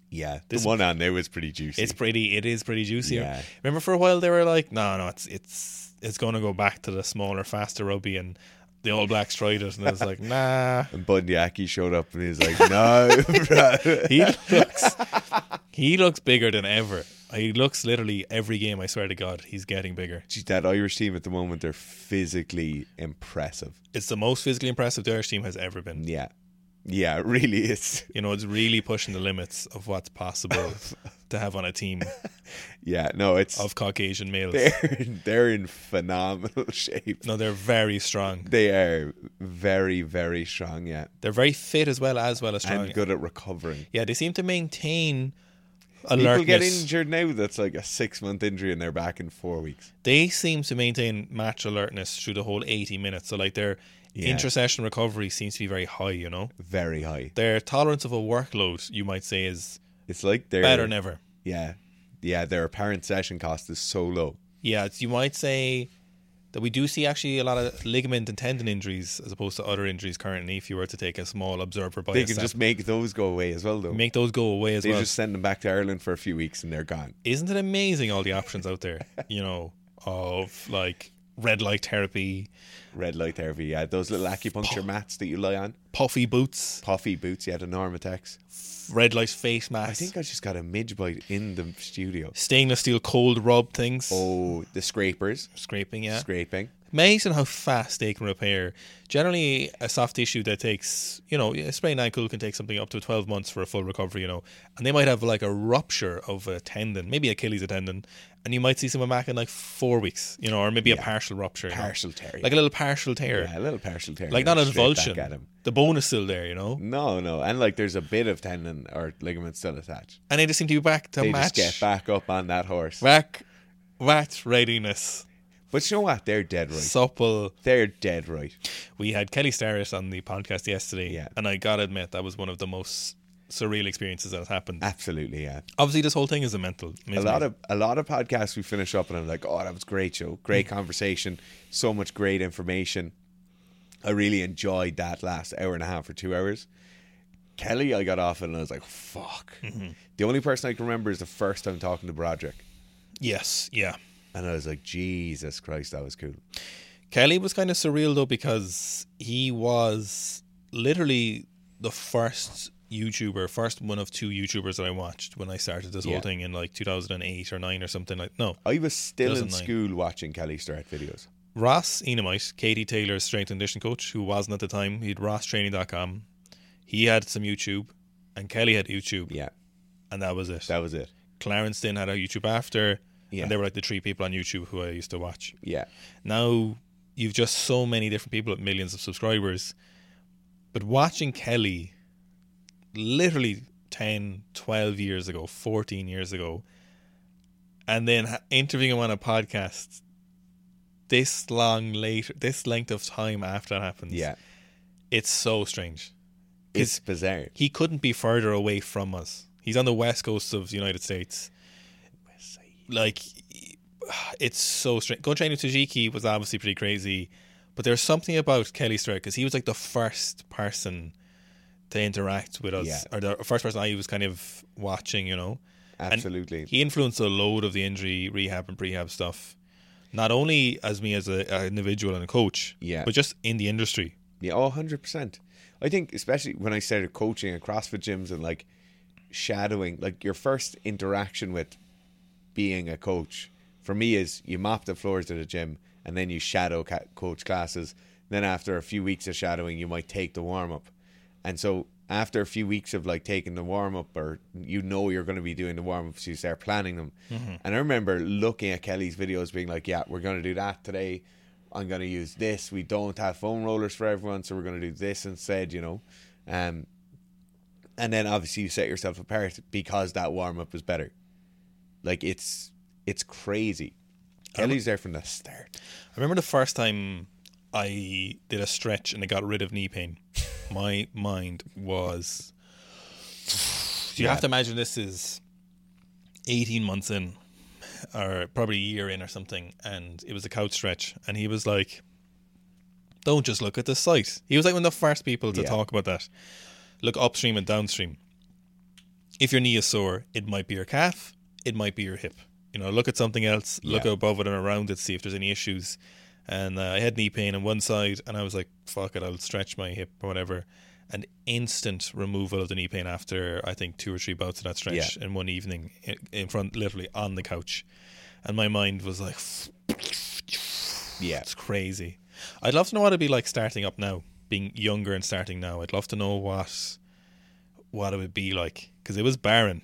Speaker 2: Yeah,
Speaker 1: This-
Speaker 2: the one on there was pretty juicy.
Speaker 1: It's pretty. It is pretty juicy.
Speaker 2: Yeah.
Speaker 1: Remember, for a while they were like, "No, no, it's it's it's going to go back to the smaller, faster rugby," and the All Blacks tried it, and I was like, nah.
Speaker 2: And Bunyaki showed up and he's like, no, bro.
Speaker 1: He looks, he looks bigger than ever. He looks literally every game. I swear to God, he's getting bigger.
Speaker 2: Gee, That Irish team at the moment, they're physically impressive.
Speaker 1: It's the most physically impressive the Irish team has ever been.
Speaker 2: Yeah. Yeah, it really is.
Speaker 1: You know, it's really pushing the limits of what's possible to have on a team
Speaker 2: Yeah, no, it's.
Speaker 1: of Caucasian males.
Speaker 2: They're, they're in phenomenal shape.
Speaker 1: No, they're very strong.
Speaker 2: They are very, very strong, yeah.
Speaker 1: They're very fit as well as well as strong.
Speaker 2: And good at recovering.
Speaker 1: Yeah, they seem to maintain
Speaker 2: People
Speaker 1: alertness.
Speaker 2: get injured now that's like a six month injury and they're back in four weeks.
Speaker 1: They seem to maintain match alertness through the whole 80 minutes. So, like, their
Speaker 2: Yeah.
Speaker 1: intercession recovery seems to be very high, you know?
Speaker 2: Very high.
Speaker 1: Their tolerance of a workload, you might say, is
Speaker 2: It's like they're
Speaker 1: better than ever.
Speaker 2: Yeah. Yeah, their apparent session cost is so low.
Speaker 1: Yeah, it's, you might say that we do see actually a lot of ligament and tendon injuries as opposed to other injuries currently. If you were to take a small observer bias,
Speaker 2: They can
Speaker 1: sample.
Speaker 2: just make those go away as well though.
Speaker 1: make those go away as
Speaker 2: they
Speaker 1: well.
Speaker 2: just send them back to Ireland for a few weeks and they're gone.
Speaker 1: Isn't it amazing all the options out there? You know, of like red light therapy,
Speaker 2: Red light therapy, yeah. Those little acupuncture mats that you lie on.
Speaker 1: puffy boots,
Speaker 2: Puffy boots, you had a Normatex.
Speaker 1: red light face
Speaker 2: I
Speaker 1: masks,
Speaker 2: think I just got a midge bite in the studio.
Speaker 1: stainless steel cold rub things,
Speaker 2: Oh, the scrapers.
Speaker 1: scraping. Yeah,
Speaker 2: Scraping.
Speaker 1: amazing how fast they can repair. Generally, a soft tissue that takes, you know, a sprained ankle can take something up to 12 months for a full recovery, you know, and they might have like a rupture of a tendon, maybe Achilles tendon, and you might see someone back in like four weeks, you know, or maybe a partial rupture. you know.
Speaker 2: Partial tear.
Speaker 1: Like a little partial tear.
Speaker 2: yeah, a little partial tear.
Speaker 1: Like
Speaker 2: yeah,
Speaker 1: not a
Speaker 2: straight back at Mm.
Speaker 1: avulsion.
Speaker 2: him.
Speaker 1: The bone is still there, you know,
Speaker 2: No, no. And like there's a bit of tendon or ligament still attached.
Speaker 1: and they just seem to be back to
Speaker 2: They
Speaker 1: match.
Speaker 2: just get back up on that horse.
Speaker 1: back. Match readiness,
Speaker 2: But you know what? They're dead right.
Speaker 1: supple.
Speaker 2: They're dead right.
Speaker 1: We had Kelly Starris on the podcast yesterday,
Speaker 2: Yeah.
Speaker 1: and I gotta admit that was one of the most surreal experiences that has happened.
Speaker 2: Absolutely, yeah.
Speaker 1: obviously this whole thing is a mental
Speaker 2: A lot of a lot of podcasts we finish up and I'm like, oh, that was a great show, great conversation, so much great information. I really enjoyed that last hour and a half or two hours. Kelly, I got off and I was like, fuck. The only person I can remember is the first time talking to Broderick,
Speaker 1: yes yeah
Speaker 2: and I was like, Jesus Christ, that was cool.
Speaker 1: kelly was kind of surreal though because he was literally the first youtuber first one of two youtubers that i watched when i started this
Speaker 2: Yeah.
Speaker 1: whole thing in like 2008 or 9 or something like no
Speaker 2: I was still in
Speaker 1: 2009.
Speaker 2: school watching Kelly Start videos.
Speaker 1: ross enemite katie taylor's strength and conditioning coach who wasn't at the time he had rostraining.com he had some youtube and kelly had youtube
Speaker 2: Yeah,
Speaker 1: and that was it
Speaker 2: that was it.
Speaker 1: clarence then had a youtube after
Speaker 2: Yeah.
Speaker 1: and they were like the three people on youtube who i used to watch
Speaker 2: Yeah,
Speaker 1: now you've just so many different people with millions of subscribers but watching kelly literally 10 12 years ago 14 years ago and then ha- interviewing him on a podcast this long later this length of time after that happens
Speaker 2: yeah.
Speaker 1: it's so strange
Speaker 2: It's bizarre.
Speaker 1: he couldn't be further away from us he's on the west coast of the united states like it's so strange. Go training Tajiki was obviously pretty crazy, but there's something about Kelly Stewart because he was like the first person to interact with us,
Speaker 2: Yeah.
Speaker 1: or the first person I was kind of watching. You know,
Speaker 2: Absolutely.
Speaker 1: he influenced a load of the injury rehab and prehab stuff, not only as me as a, an individual and a coach,
Speaker 2: Yeah.
Speaker 1: but just in the industry.
Speaker 2: Yeah, oh, 100%. I think, especially when I started coaching at CrossFit gyms and like shadowing, like your first interaction with being a coach for me is you mop the floors at a gym and then you shadow ca- coach classes. Then, after a few weeks of shadowing, you might take the warm up. And so, after a few weeks of like taking the warm up, or you know you're going to be doing the warm ups, you start planning them. And I remember looking at Kelly's videos, being like, Yeah, we're going to do that today. I'm going to use this. We don't have foam rollers for everyone, so we're going to do this instead, you know. Um, and then obviously you set yourself apart because that warm up was better. Like it's it's crazy. Kelly's there from the start.
Speaker 1: I remember the first time I did a stretch and I got rid of knee pain. My mind was. So you have to imagine this is 18 months in, or probably a year in or something, and it was a couch stretch, and he was like, "Don't just look at the site." He was like one of the first people to
Speaker 2: Yeah.
Speaker 1: talk about that. Look upstream and downstream. If your knee is sore, it might be your calf, it might be your hip. You know, look at something else, look above it and around it, see if there's any issues. and uh, I had knee pain on one side, and I was like, "Fuck it, I'll stretch my hip or whatever." An instant removal of the knee pain after I think two or three bouts of that stretch in one evening, in- in front, literally on the couch, and my mind was like,
Speaker 2: Yeah.
Speaker 1: "It's crazy." I'd love to know what it'd be like starting up now, being younger and starting now. I'd love to know what what it would be like because it was barren.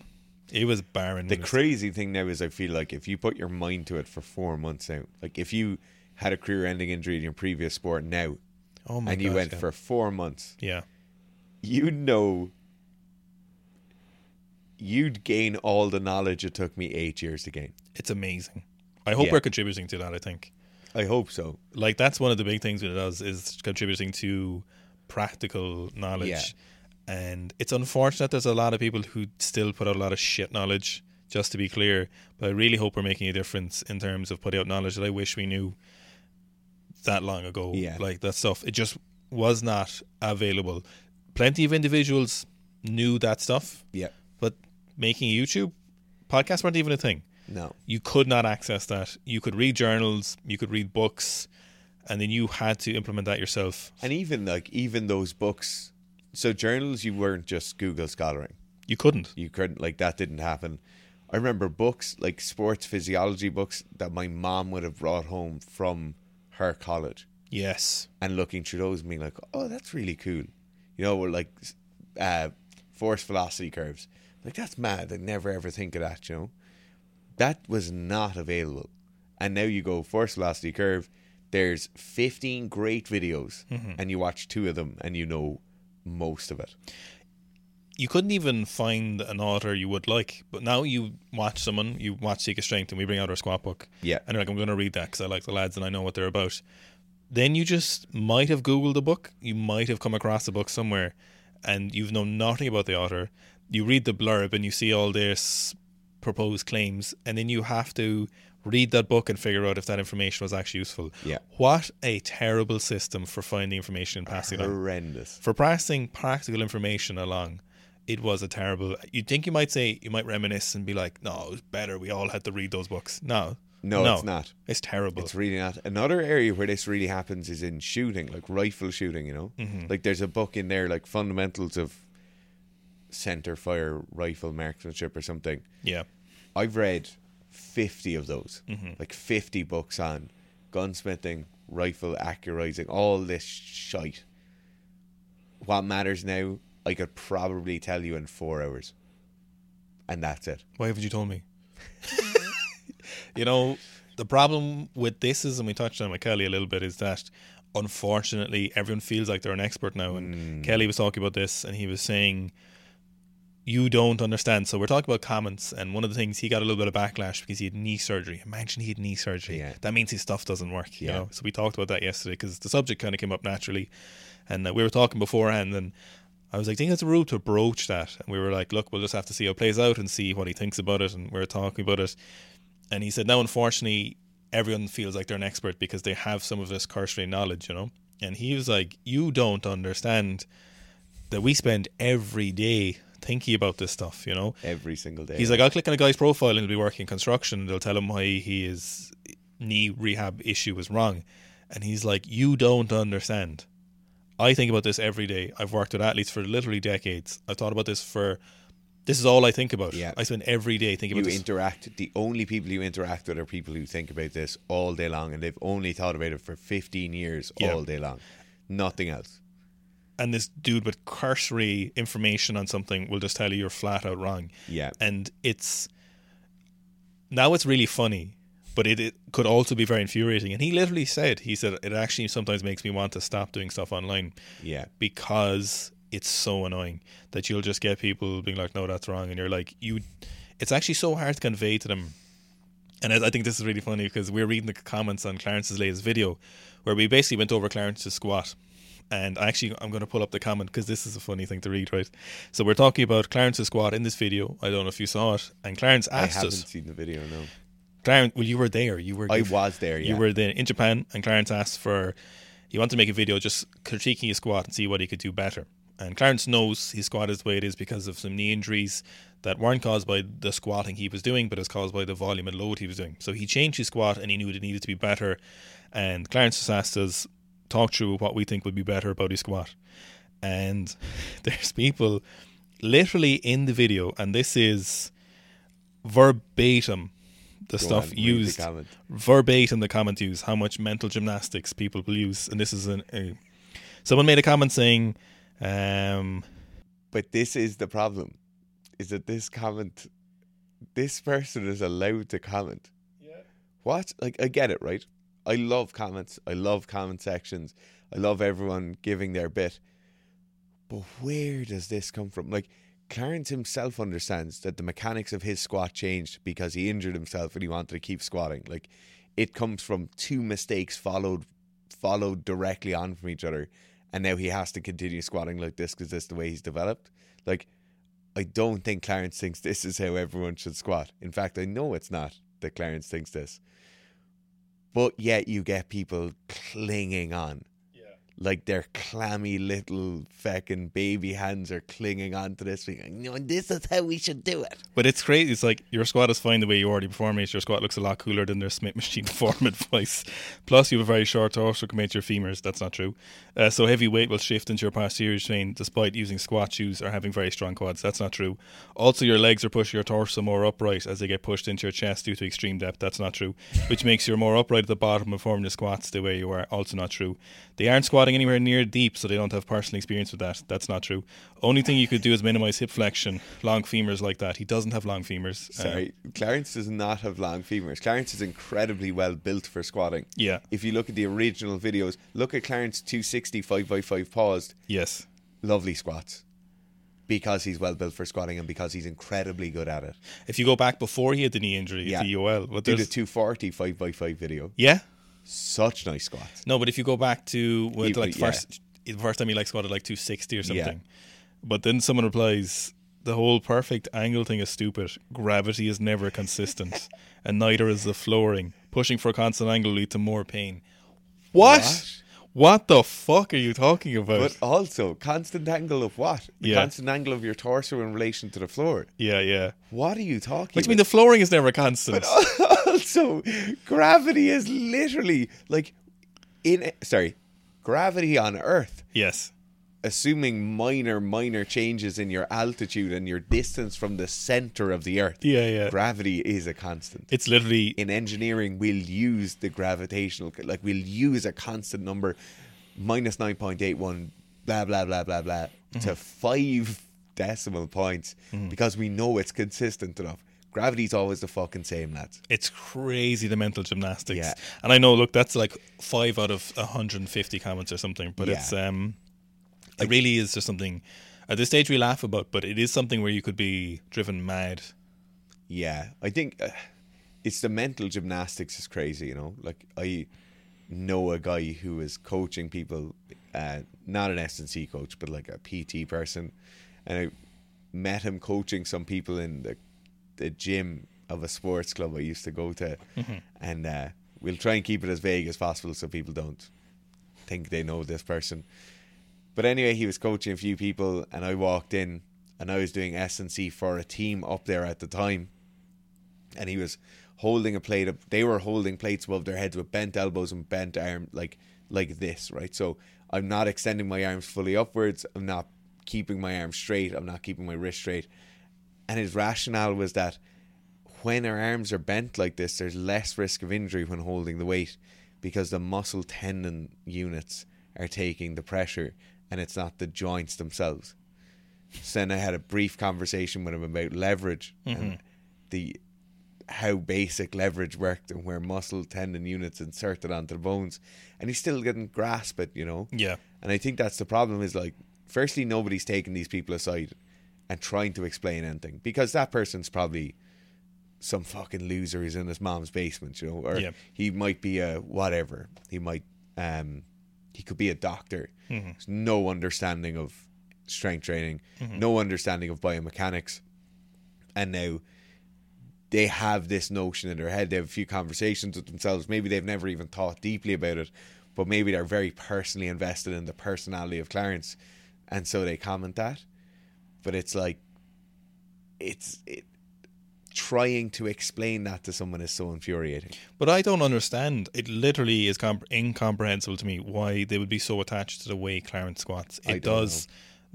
Speaker 1: It was barren.
Speaker 2: The
Speaker 1: when I
Speaker 2: crazy thing now is I feel like if you put your mind to it for four months out, like if you had a career ending injury in your previous sport now
Speaker 1: started. oh my
Speaker 2: and you
Speaker 1: God,
Speaker 2: went
Speaker 1: yeah.
Speaker 2: for four months,
Speaker 1: yeah.
Speaker 2: you know you'd gain all the knowledge it took me eight years to gain.
Speaker 1: It's amazing. I hope
Speaker 2: Yeah.
Speaker 1: we're contributing to that. I think.
Speaker 2: I hope so.
Speaker 1: like that's one of the big things with us is contributing to practical knowledge
Speaker 2: Yeah.
Speaker 1: and it's unfortunate there's a lot of people who still put out a lot of shit knowledge just to be clear but i really hope we're making a difference in terms of putting out knowledge that i wish we knew that long ago
Speaker 2: Yeah.
Speaker 1: like that stuff it just was not available plenty of individuals knew that stuff
Speaker 2: Yeah.
Speaker 1: but making a youtube podcasts weren't even a thing
Speaker 2: No.
Speaker 1: you could not access that. You could read journals, you could read books, and then you had to implement that yourself.
Speaker 2: And even like even those books so journals you weren't just Google scholaring.
Speaker 1: You couldn't.
Speaker 2: You couldn't like that didn't happen. I remember books like sports physiology books that my mom would have brought home from her college
Speaker 1: Yes.
Speaker 2: and looking through those and being like, oh, that's really cool. You know, we're like uh, force velocity curves. Like that's mad. I never ever think of that. You know, that was not available. And now you go force velocity curve. There's 15 great videos, and you watch two of them, and you know most of it.
Speaker 1: You couldn't even find an author you would like. But now you watch someone, you watch Secret Strength, and we bring out our squat book.
Speaker 2: Yeah.
Speaker 1: And you're like, I'm going to read that because I like the lads and I know what they're about. Then you just might have Googled a book. You might have come across a book somewhere and you've known nothing about the author. You read the blurb and you see all their s- proposed claims. And then you have to read that book and figure out if that information was actually useful.
Speaker 2: Yeah.
Speaker 1: What a terrible system for finding information and passing it on
Speaker 2: Horrendous.
Speaker 1: for passing practical information along, it was a terrible. You'd think you might say you might reminisce and be like, "No, it was better. We all had to read those books." No,
Speaker 2: No, it's not.
Speaker 1: It's terrible.
Speaker 2: It's really not. Another area where this really happens is in shooting, like rifle shooting, you know? Like there's a book in there, like Fundamentals of Center Fire Rifle Marksmanship or something.
Speaker 1: yeah,
Speaker 2: I've read 50 of those, like 50 books on gunsmithing, rifle accurizing, all this shite. What matters now, I could probably tell you in four hours. And that's it.
Speaker 1: why haven't you told me? you know, the problem with this is, and we touched on it with Kelly a little bit, is that unfortunately everyone feels like they're an expert now. And Kelly was talking about this, and he was saying. You don't understand. So we're talking about comments, and one of the things he got a little bit of backlash because he had knee surgery. Imagine he had knee surgery.
Speaker 2: Yeah.
Speaker 1: That means his stuff doesn't work. You
Speaker 2: Yeah.
Speaker 1: know. So we talked about that yesterday because the subject kind of came up naturally, and uh, we were talking beforehand, and I was like, I think it's rude to broach that, and we were like, look, we'll just have to see how it plays out and see what he thinks about it, and we were talking about it, and he said, now unfortunately, everyone feels like they're an expert because they have some of this cursory knowledge, you know. And he was like, you don't understand that we spend every day thinking about this stuff, you know.
Speaker 2: Every single day.
Speaker 1: He's like, I'll click on a guy's profile and he'll be working construction. And they'll tell him why he his knee rehab issue was wrong. And he's like, You don't understand. I think about this every day. I've worked with athletes for literally decades. I've thought about this for. This is all I think about.
Speaker 2: Yeah.
Speaker 1: I spend every day thinking
Speaker 2: you
Speaker 1: about this.
Speaker 2: interact the only people you interact with are people who think about this all day long and they've only thought about it for 15 years
Speaker 1: Yeah.
Speaker 2: all day long nothing else
Speaker 1: and this dude with cursory information on something will just tell you you're flat out wrong.
Speaker 2: yeah
Speaker 1: and it's now it's really funny but it, it could also be very infuriating and he literally said he said it actually sometimes makes me want to stop doing stuff online
Speaker 2: yeah
Speaker 1: because it's so annoying that you'll just get people being like no that's wrong and you're like you it's actually so hard to convey to them and I, I think this is really funny because we we're reading the comments on Clarence's latest video where we basically went over Clarence's squat and I actually I'm going to pull up the comment because this is a funny thing to read right so we're talking about Clarence's squat in this video I don't know if you saw it and Clarence
Speaker 2: i
Speaker 1: asked
Speaker 2: haven't
Speaker 1: us
Speaker 2: seen the video no
Speaker 1: Clarence well you were there you were
Speaker 2: i was there yeah
Speaker 1: you were then in Japan, and Clarence asked for he wanted to make a video just critiquing his squat and see what he could do better. And Clarence knows his squat is the way it is because of some knee injuries. that weren't caused by the squatting he was doing, but is caused by the volume and load he was doing. So he changed his squat and he knew it needed to be better. And Clarence Sasta's talked through what we think would be better about his squat. And there's people literally in the video, and this is verbatim the
Speaker 2: Go
Speaker 1: stuff
Speaker 2: on, read the
Speaker 1: used
Speaker 2: comment.
Speaker 1: verbatim the comment use how much mental gymnastics people will use and this is an a, someone made a comment saying um
Speaker 2: But this is the problem, is that this comment, this person is allowed to comment. What? Like, I get it, right? I love comments. I love comment sections. I love everyone giving their bit. But where does this come from? Like, Clarence himself understands that the mechanics of his squat changed because he injured himself and he wanted to keep squatting. Like, it comes from two mistakes followed followed directly on from each other, and now he has to continue squatting like this because that's the way he's developed. Like, I don't think Clarence thinks this is how everyone should squat. In fact, I know it's not that Clarence thinks this. But yet you get people clinging on. Like their clammy little fucking baby hands are clinging on to this thing. Like, no, this is how we should do it.
Speaker 1: but it's crazy it's like your squat is fine the way you already perform it your squat looks a lot cooler than their smith machine form advice plus you have a very short torso compared to your femurs that's not true uh, so heavy weight will shift into your posterior chain despite using squat shoes or having very strong quads that's not true also your legs are pushing your torso more upright as they get pushed into your chest due to extreme depth that's not true which makes you more upright at the bottom and performing the squats the way you are also not true they aren't squatting anywhere near deep so they don't have personal experience with that that's not true only thing you could do is minimize hip flexion long femurs like that he doesn't have long femurs Uh,
Speaker 2: Sorry, Clarence does not have long femurs. Clarence is incredibly well built for squatting.
Speaker 1: yeah
Speaker 2: If you look at the original videos, look at Clarence 260 5x5 paused.
Speaker 1: yes
Speaker 2: Lovely squats. Because he's well built for squatting and because he's incredibly good at it.
Speaker 1: if you go back before he had the knee injury yeah.
Speaker 2: Yeah.
Speaker 1: the EOL but
Speaker 2: Do the
Speaker 1: there's,
Speaker 2: 240 5x5 video.
Speaker 1: yeah
Speaker 2: Such nice squats.
Speaker 1: No, but if you go back to well,
Speaker 2: You-
Speaker 1: to, like
Speaker 2: yeah.
Speaker 1: first the first time he like squatted like two sixty or something, but then someone replies the whole perfect angle thing is stupid. Gravity is never consistent, and neither is the flooring. Pushing for a constant angle will lead to more pain. What?
Speaker 2: What?
Speaker 1: What, the fuck are you talking about?
Speaker 2: But also, constant angle of what? The
Speaker 1: Yeah.
Speaker 2: constant angle of your torso in relation to the floor.
Speaker 1: yeah, yeah.
Speaker 2: What are you talking
Speaker 1: Which means the flooring is never constant.
Speaker 2: about? also, gravity is literally like in sorry, gravity on Earth,
Speaker 1: yes.
Speaker 2: assuming minor, minor changes in your altitude and your distance from the center of the Earth.
Speaker 1: Yeah, yeah.
Speaker 2: Gravity is a constant.
Speaker 1: It's literally
Speaker 2: in engineering we'll use the gravitational like we'll use a constant number minus 9.81 blah blah blah blah blah to five decimal points because we know it's consistent enough gravity's always the fucking same lads
Speaker 1: it's crazy the mental gymnastics.
Speaker 2: Yeah.
Speaker 1: And I know, look, that's like five out of 150 comments or something, but
Speaker 2: Yeah.
Speaker 1: it's um, it really is just something. At this stage, we laugh about, but it is something where you could be driven mad.
Speaker 2: yeah i think uh, it's the mental gymnastics is crazy you know like i know a guy who is coaching people uh, not an snc coach but like a pt person and i met him coaching some people in the the gym of a sports club I used to go to, and uh, we'll try and keep it as vague as possible so people don't think they know this person. But anyway, he was coaching a few people, and I walked in, and I was doing S and C for a team up there at the time, and he was holding a plate up. They were holding plates above their heads with bent elbows and bent arm, like like this, right? So I'm not extending my arms fully upwards. I'm not keeping my arms straight. I'm not keeping my wrist straight. And his rationale was that when our arms are bent like this, there's less risk of injury when holding the weight because the muscle tendon units are taking the pressure and it's not the joints themselves. So then I had a brief conversation with him about leverage and the how basic leverage worked and where muscle tendon units inserted onto the bones. And he still didn't grasp it, you know?
Speaker 1: Yeah.
Speaker 2: And I think that's the problem is like, firstly, nobody's taking these people aside and trying to explain anything because that person's probably some fucking loser who's in his mom's basement, you know, or
Speaker 1: Yeah.
Speaker 2: he might be a whatever. He might, um, he could be a doctor. There's no understanding of strength training, no understanding of biomechanics. And now they have this notion in their head. They have a few conversations with themselves. Maybe they've never even thought deeply about it, but maybe they're very personally invested in the personality of Clarence. And so they comment that. But it's like, it's it trying to explain that to someone is so infuriating.
Speaker 1: But I don't understand. It literally is comp- incomprehensible to me why they would be so attached to the way Clarence squats.
Speaker 2: I
Speaker 1: It
Speaker 2: don't
Speaker 1: does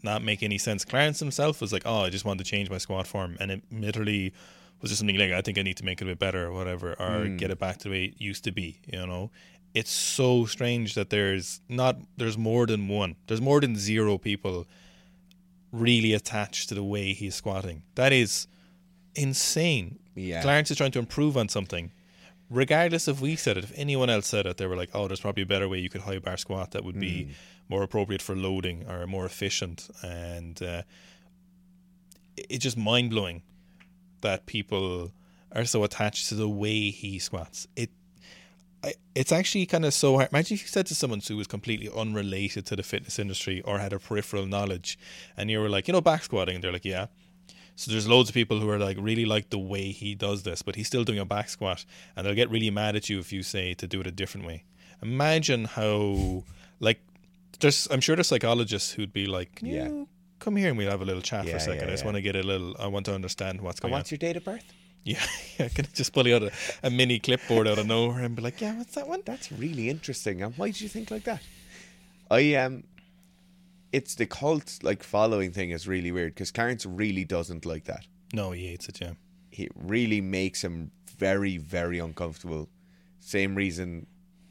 Speaker 1: not make any sense. Clarence himself was like, "Oh, I just wanted to change my squat form," and it literally was just something like, "I think I need to make it a bit better, or whatever, or
Speaker 2: Hmm.
Speaker 1: get it back to the way it used to be." You know, it's so strange that there's not there's more than one. There's more than zero people really attached to the way he's squatting. That is insane.
Speaker 2: Yeah.
Speaker 1: Clarence is trying to improve on something. Regardless if we said it, if anyone else said it, they were like, "Oh, there's probably a better way you could high bar squat that would be more appropriate for loading or more efficient." And uh, it- it's just mind blowing that people are so attached to the way he squats. It I, it's actually kind of so hard. Imagine if you said to someone who was completely unrelated to the fitness industry or had a peripheral knowledge, and you were like, you know, back squatting, and they're like, yeah. So there's loads of people who are like really like the way he does this, but he's still doing a back squat, and they'll get really mad at you if you say to do it a different way. Imagine how like there's I'm sure there's psychologists who'd be like, Can
Speaker 2: Yeah.
Speaker 1: you come here and we'll have a little chat for
Speaker 2: Yeah,
Speaker 1: a second.
Speaker 2: yeah,
Speaker 1: I just
Speaker 2: yeah.
Speaker 1: want to get a little. I want to understand what's going on.
Speaker 2: your date of birth?
Speaker 1: Yeah, yeah, can I just pull out a, a mini clipboard out of nowhere and be like, yeah, what's that one?
Speaker 2: That's really interesting. And why did you think like that? I um, it's the cult like following thing is really weird because Clarence really doesn't like that.
Speaker 1: No, he hates it, yeah.
Speaker 2: It really makes him very very uncomfortable. Same reason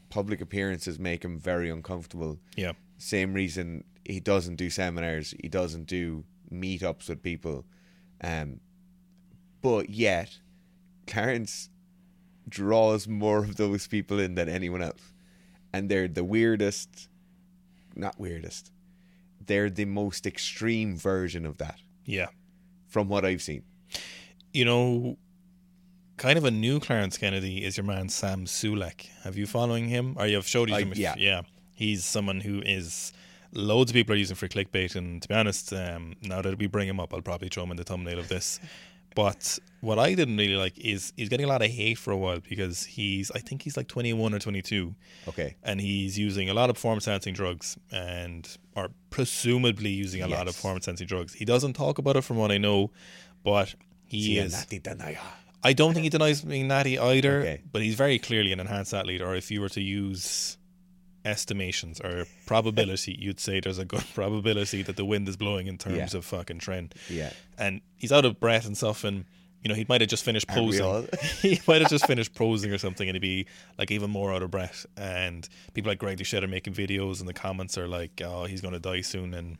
Speaker 2: public appearances make him very uncomfortable.
Speaker 1: Yeah,
Speaker 2: Same reason he doesn't do seminars. He doesn't do meetups with people. Um, but yet, Clarence draws more of those people in than anyone else. And they're the weirdest, not weirdest, they're the most extreme version of that
Speaker 1: yeah.
Speaker 2: from what I've seen.
Speaker 1: You know, kind of a new Clarence Kennedy is your man Sam Sulek. Have you following him? Or you've showed you
Speaker 2: I-
Speaker 1: some?
Speaker 2: yeah.
Speaker 1: yeah. He's someone who is loads of people are using for clickbait, and to be honest, um, now that we bring him up, I'll probably throw him in the thumbnail of this. But what I didn't really like is he's getting a lot of hate for a while because he's I think he's like 21 or 22.
Speaker 2: Okay.
Speaker 1: and he's using a lot of performance enhancing drugs and or presumably using a lot of
Speaker 2: Yes.
Speaker 1: performance enhancing drugs. He doesn't talk about it from what I know, but he is.
Speaker 2: Nati Danaya.
Speaker 1: I don't think he denies being natty either,
Speaker 2: Okay.
Speaker 1: but he's very clearly an enhanced athlete. Or if you were to use estimations or probability, you'd say there's a good probability that the wind is blowing in terms
Speaker 2: Yeah.
Speaker 1: of fucking trend.
Speaker 2: Yeah.
Speaker 1: And he's out of breath and stuff, and you know he might have just finished
Speaker 2: Aren't we
Speaker 1: posing
Speaker 2: all?
Speaker 1: he might have just finished prosing or something and he'd be like even more out of breath and people like Greg Duchette are making videos and the comments are like oh he's going to die soon and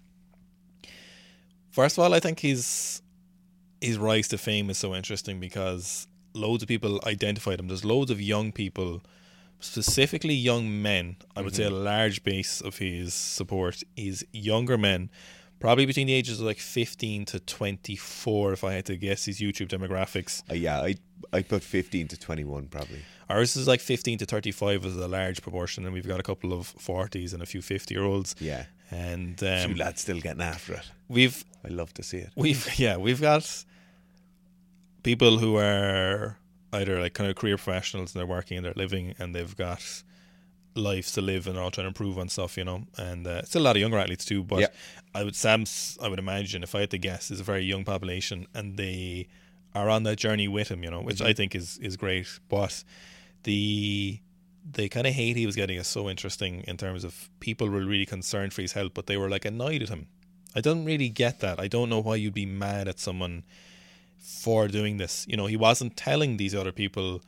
Speaker 1: first of all I think he's his rise to fame is so interesting because loads of people identified him there's loads of young people specifically young men I would say a large base of his support is younger men probably between the ages of like 15 to 24 if I had to guess his YouTube demographics
Speaker 2: Uh, yeah, I I put 15 to 21 probably.
Speaker 1: Ours is like 15 to 35 is a large proportion, and we've got a couple of 40s and a few 50 year olds.
Speaker 2: Yeah.
Speaker 1: And
Speaker 2: Two
Speaker 1: um,
Speaker 2: lads still getting after it.
Speaker 1: we've,
Speaker 2: I love to see it.
Speaker 1: we've, yeah, we've got people who are either like kind of career professionals and they're working and they're living and they've got lives to live and they're all trying to improve on stuff, you know. And uh, still a lot of younger athletes too, but
Speaker 2: Yeah.
Speaker 1: I would Sam's, I would imagine, if I had to guess, is a very young population and they are on that journey with him, you know, which I think is is great. But the the kind of hate he was getting is so interesting in terms of people were really concerned for his health, but they were like annoyed at him. I don't really get that. I don't know why you'd be mad at someone for doing this. You know, he wasn't telling these other people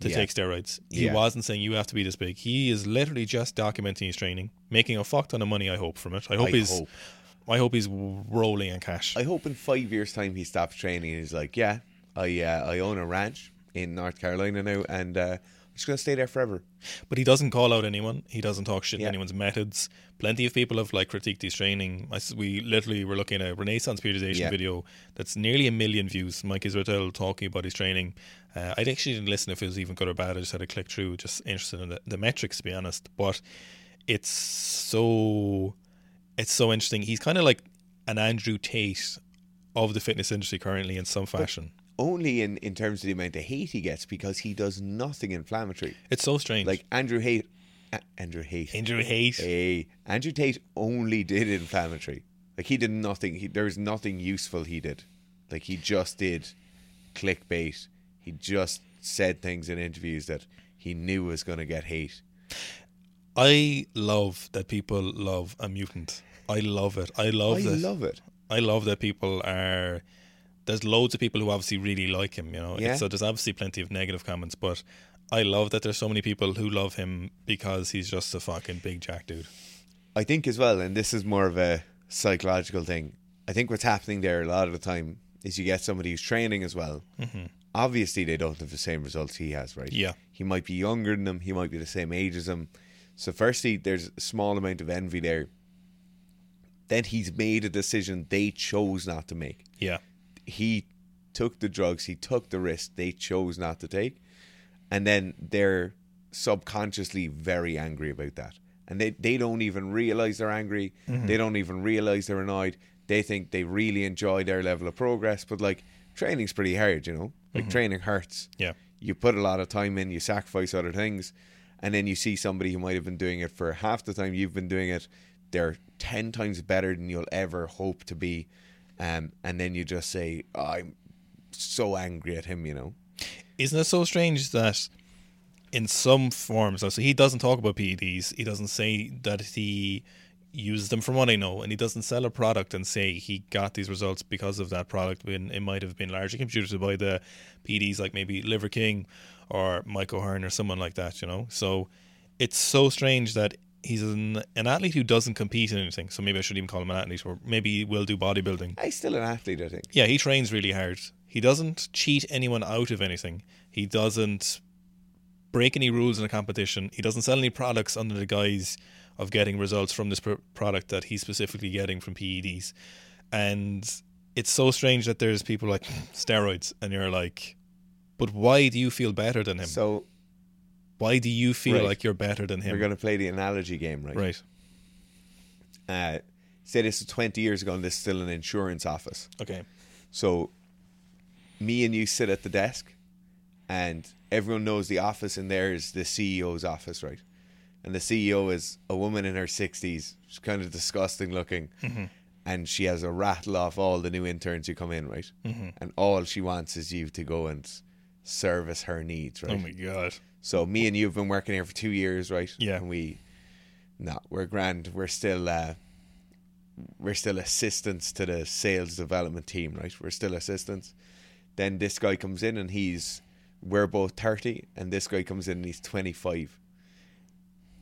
Speaker 1: to
Speaker 2: Yeah.
Speaker 1: take steroids. He
Speaker 2: Yeah.
Speaker 1: wasn't saying you have to be this big. He is literally just documenting his training, making a fuck ton of money. I hope from it. I hope
Speaker 2: I
Speaker 1: he's.
Speaker 2: hope.
Speaker 1: I hope he's rolling in cash.
Speaker 2: I hope in five years' time he stops training and he's like, yeah, I uh, I own a ranch in North Carolina now, and uh, I'm just gonna stay there forever.
Speaker 1: But he doesn't call out anyone. He doesn't talk shit to
Speaker 2: Yeah.
Speaker 1: anyone's methods. Plenty of people have like critiqued his training. I s we literally were looking at a Renaissance periodization
Speaker 2: Yeah.
Speaker 1: video that's nearly a million views. Mike Israel talking about his training. Uh, I actually didn't listen if it was even good or bad. I just had a click through, just interested in the, the metrics, to be honest. But it's so it's so interesting. He's kind of like an Andrew Tate of the fitness industry currently in some fashion.
Speaker 2: Only in in terms of the amount of hate he gets because he does nothing inflammatory.
Speaker 1: It's so strange.
Speaker 2: Like Andrew Hate, A- Andrew Hate,
Speaker 1: Andrew Hate.
Speaker 2: hey, Andrew Tate only did inflammatory. Like he did nothing. He, there was nothing useful he did. Like he just did clickbait. He just said things in interviews that he knew was going to get hate.
Speaker 1: I love that people love a mutant. I love it. I love
Speaker 2: I
Speaker 1: that.
Speaker 2: love it.
Speaker 1: I love that people are. There's loads of people who obviously really like him, you know.
Speaker 2: Yeah.
Speaker 1: So there's obviously plenty of negative comments, but I love that there's so many people who love him because he's just a fucking big jack dude.
Speaker 2: I think as well, and this is more of a psychological thing. I think what's happening there a lot of the time is you get somebody who's training as well. Mm-hmm. Obviously, they don't have the same results he has, right?
Speaker 1: Yeah.
Speaker 2: He might be younger than them. He might be the same age as them. So, firstly, there's a small amount of envy there. Then he's made a decision they chose not to make
Speaker 1: Yeah.
Speaker 2: he took the drugs, he took the risk they chose not to take, and then they're subconsciously very angry about that. And they, they don't even realize they're angry. They don't even realize they're annoyed. They think they really enjoy their level of progress, but like training's pretty hard, you know? Like training hurts.
Speaker 1: Yeah.
Speaker 2: You put a lot of time in, you sacrifice other things, and then you see somebody who might have been doing it for half the time you've been doing it. They're 10 times better than you'll ever hope to be. Um, and then you just say, "Oh, I'm so angry at him, you know?
Speaker 1: Isn't it so strange that in some forms, so he doesn't talk about PEDs, he doesn't say that he uses them from what I know, and he doesn't sell a product and say he got these results because of that product when it might have been largely contributed by the PEDs like maybe Liver King or Mike O'Hearn or someone like that, you know? So it's so strange that he's an, an athlete who doesn't compete in anything. So maybe I shouldn't even call him an athlete, or maybe he will do bodybuilding.
Speaker 2: i still an athlete, I think.
Speaker 1: Yeah, he trains really hard. He doesn't cheat anyone out of anything. He doesn't break any rules in a competition. He doesn't sell any products under the guise of getting results from this pr- product that he's specifically getting from PEDs. And it's so strange that there's people like steroids, and you're like, but why do you feel better than him?
Speaker 2: So
Speaker 1: why do you feel
Speaker 2: Right.
Speaker 1: like you're better than
Speaker 2: we're
Speaker 1: him?
Speaker 2: going to play the analogy game, right?
Speaker 1: Right.
Speaker 2: Uh, say this was 20 years ago and this is still an insurance office.
Speaker 1: Okay.
Speaker 2: So me and you sit at the desk and everyone knows the office in there is the CEO's office, right? And the CEO is a woman in her 60s. She's kind of disgusting looking. And she has a rattle off all the new interns who come in, right? And all she wants is you to go and service her needs, right?
Speaker 1: Oh my god.
Speaker 2: So me and you have been working here for two years, right?
Speaker 1: Yeah.
Speaker 2: And we, no, we're grand. We're still, uh, we're still assistants to the sales development team, right? We're still assistants. Then this guy comes in and he's, we're both thirty, and this guy comes in and he's twenty five.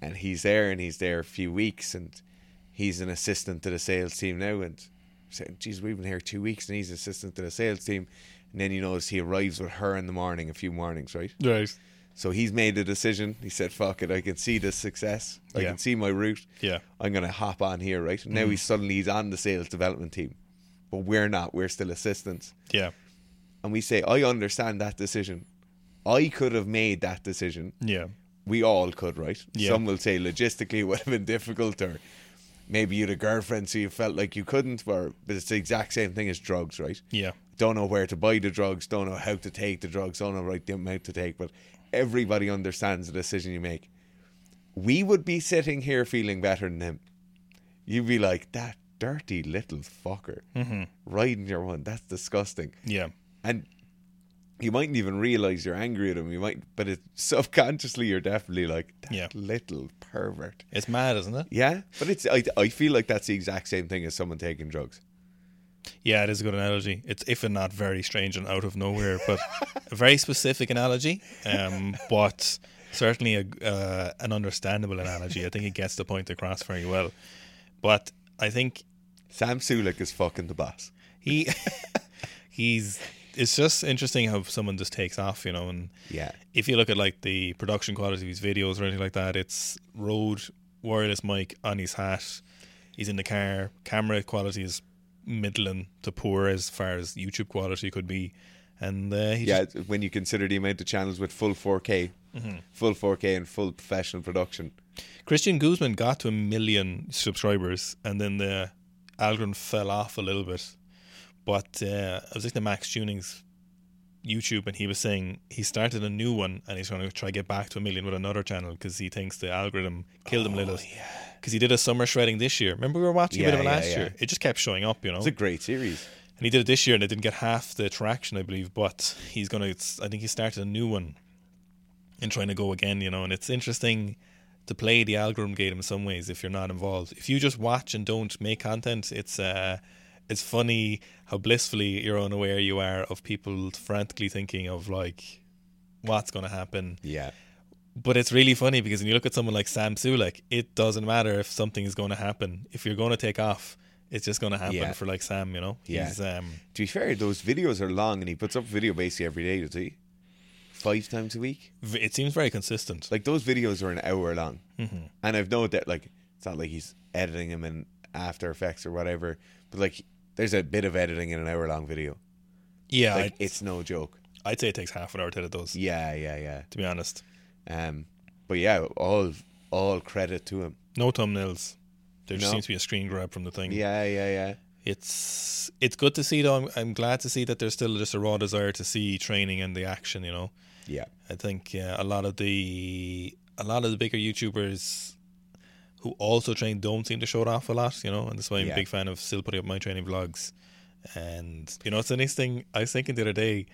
Speaker 2: And he's there and he's there a few weeks and he's an assistant to the sales team now and saying, geez, we've been here two weeks and he's an assistant to the sales team. And then you notice he arrives with her in the morning, a few mornings, right?
Speaker 1: Right.
Speaker 2: So he's made a decision. He said, "Fuck it, I can see this success. I
Speaker 1: Yeah.
Speaker 2: can see my route.
Speaker 1: Yeah. Mm.
Speaker 2: I'm gonna hop on here, right?" Now he's suddenly he's on the sales development team, but we're not. We're still assistants,
Speaker 1: Yeah.
Speaker 2: and we say, "I understand that decision. I could have made that decision.
Speaker 1: Yeah.
Speaker 2: We all could, right?
Speaker 1: Yeah.
Speaker 2: Some will say logistically it would have been difficult, or maybe you had a girlfriend, so you felt like you couldn't. Or but it's the exact same thing as drugs, right?
Speaker 1: Yeah.
Speaker 2: don't know where to buy the drugs, don't know how to take the drugs, don't know right the amount to take, but everybody understands the decision you make. We would be sitting here feeling better than him. You'd be like, that dirty little fucker riding your one, that's disgusting.
Speaker 1: Yeah.
Speaker 2: And you mightn't even realize you're angry at him. You might, but it subconsciously you're definitely like that
Speaker 1: Yeah.
Speaker 2: little pervert.
Speaker 1: It's mad, isn't it?
Speaker 2: Yeah, but it's I, I feel like that's the exact same thing as someone taking drugs.
Speaker 1: Yeah, it is a good analogy. It's if and not very strange and out of nowhere, but a very specific analogy, um, but certainly a, uh, an understandable analogy. I think it gets the point across very well. But I think
Speaker 2: Sam Sulek is fucking the boss.
Speaker 1: he he's it's just interesting how someone just takes off, you know, and
Speaker 2: Yeah.
Speaker 1: if you look at like the production quality of his videos or anything like that, it's Rode wireless mic on his hat. He's in the car. Camera quality is middling to poor as far as YouTube quality could be, and uh, he
Speaker 2: Yeah,
Speaker 1: just-
Speaker 2: it's- when you consider the amount of channels with full 4K, full 4K and full professional production.
Speaker 1: Christian Guzman got to a million subscribers, and then the algorithm fell off a little bit. But uh, I was listening to Max Tuning's YouTube, and he was saying he started a new one, and he's going to try to get back to a million with another channel because he thinks the algorithm killed him a little. Because he did a summer shredding this year. Remember we were watching a bit
Speaker 2: Oh, Yeah,
Speaker 1: of it
Speaker 2: yeah,
Speaker 1: last
Speaker 2: yeah. Oh.
Speaker 1: year. It just kept showing up, you know.
Speaker 2: It's a great series.
Speaker 1: And he did it this year, and it didn't get half the traction, I believe. But he's gonna. It's, I think he started a new one, and trying to go again. You know, and it's interesting to play the algorithm game in some ways if you're not involved. If you just watch and don't make content, it's uh, it's funny how blissfully you're unaware you are of people frantically thinking of like what's gonna happen.
Speaker 2: Yeah.
Speaker 1: But it's really funny because when you look at someone like Sam Sulek, it doesn't matter if something is going to happen. If you're going to take off, it's just going to happen
Speaker 2: Yeah.
Speaker 1: for like Sam, you know?
Speaker 2: Yeah.
Speaker 1: He's, um,
Speaker 2: To be fair, those videos are long, and he puts up video basically every day. Does he? Five times a week.
Speaker 1: v- it seems very consistent.
Speaker 2: Like those videos are an hour long, and I've noted that like it's not like he's editing them in After Effects or whatever, but like there's a bit of editing in an hour long video.
Speaker 1: yeah,
Speaker 2: Like
Speaker 1: I'd,
Speaker 2: it's no joke.
Speaker 1: I'd say it takes half an hour to edit those,
Speaker 2: Yeah, yeah, yeah.
Speaker 1: to be honest.
Speaker 2: Um, but yeah, all all credit to him.
Speaker 1: No thumbnails. There just
Speaker 2: No.
Speaker 1: seems to be a screen grab from the thing.
Speaker 2: Yeah, yeah, yeah.
Speaker 1: It's it's good to see, though. I'm, I'm glad to see that there's still just a raw desire to see training and the action, you know?
Speaker 2: Yeah.
Speaker 1: I think yeah, a lot of the a lot of the bigger YouTubers who also train don't seem to show it off a lot, you know, and that's why I'm
Speaker 2: Yeah.
Speaker 1: a big fan of still putting up my training vlogs. And you know, it's the nice thing I was thinking the other day.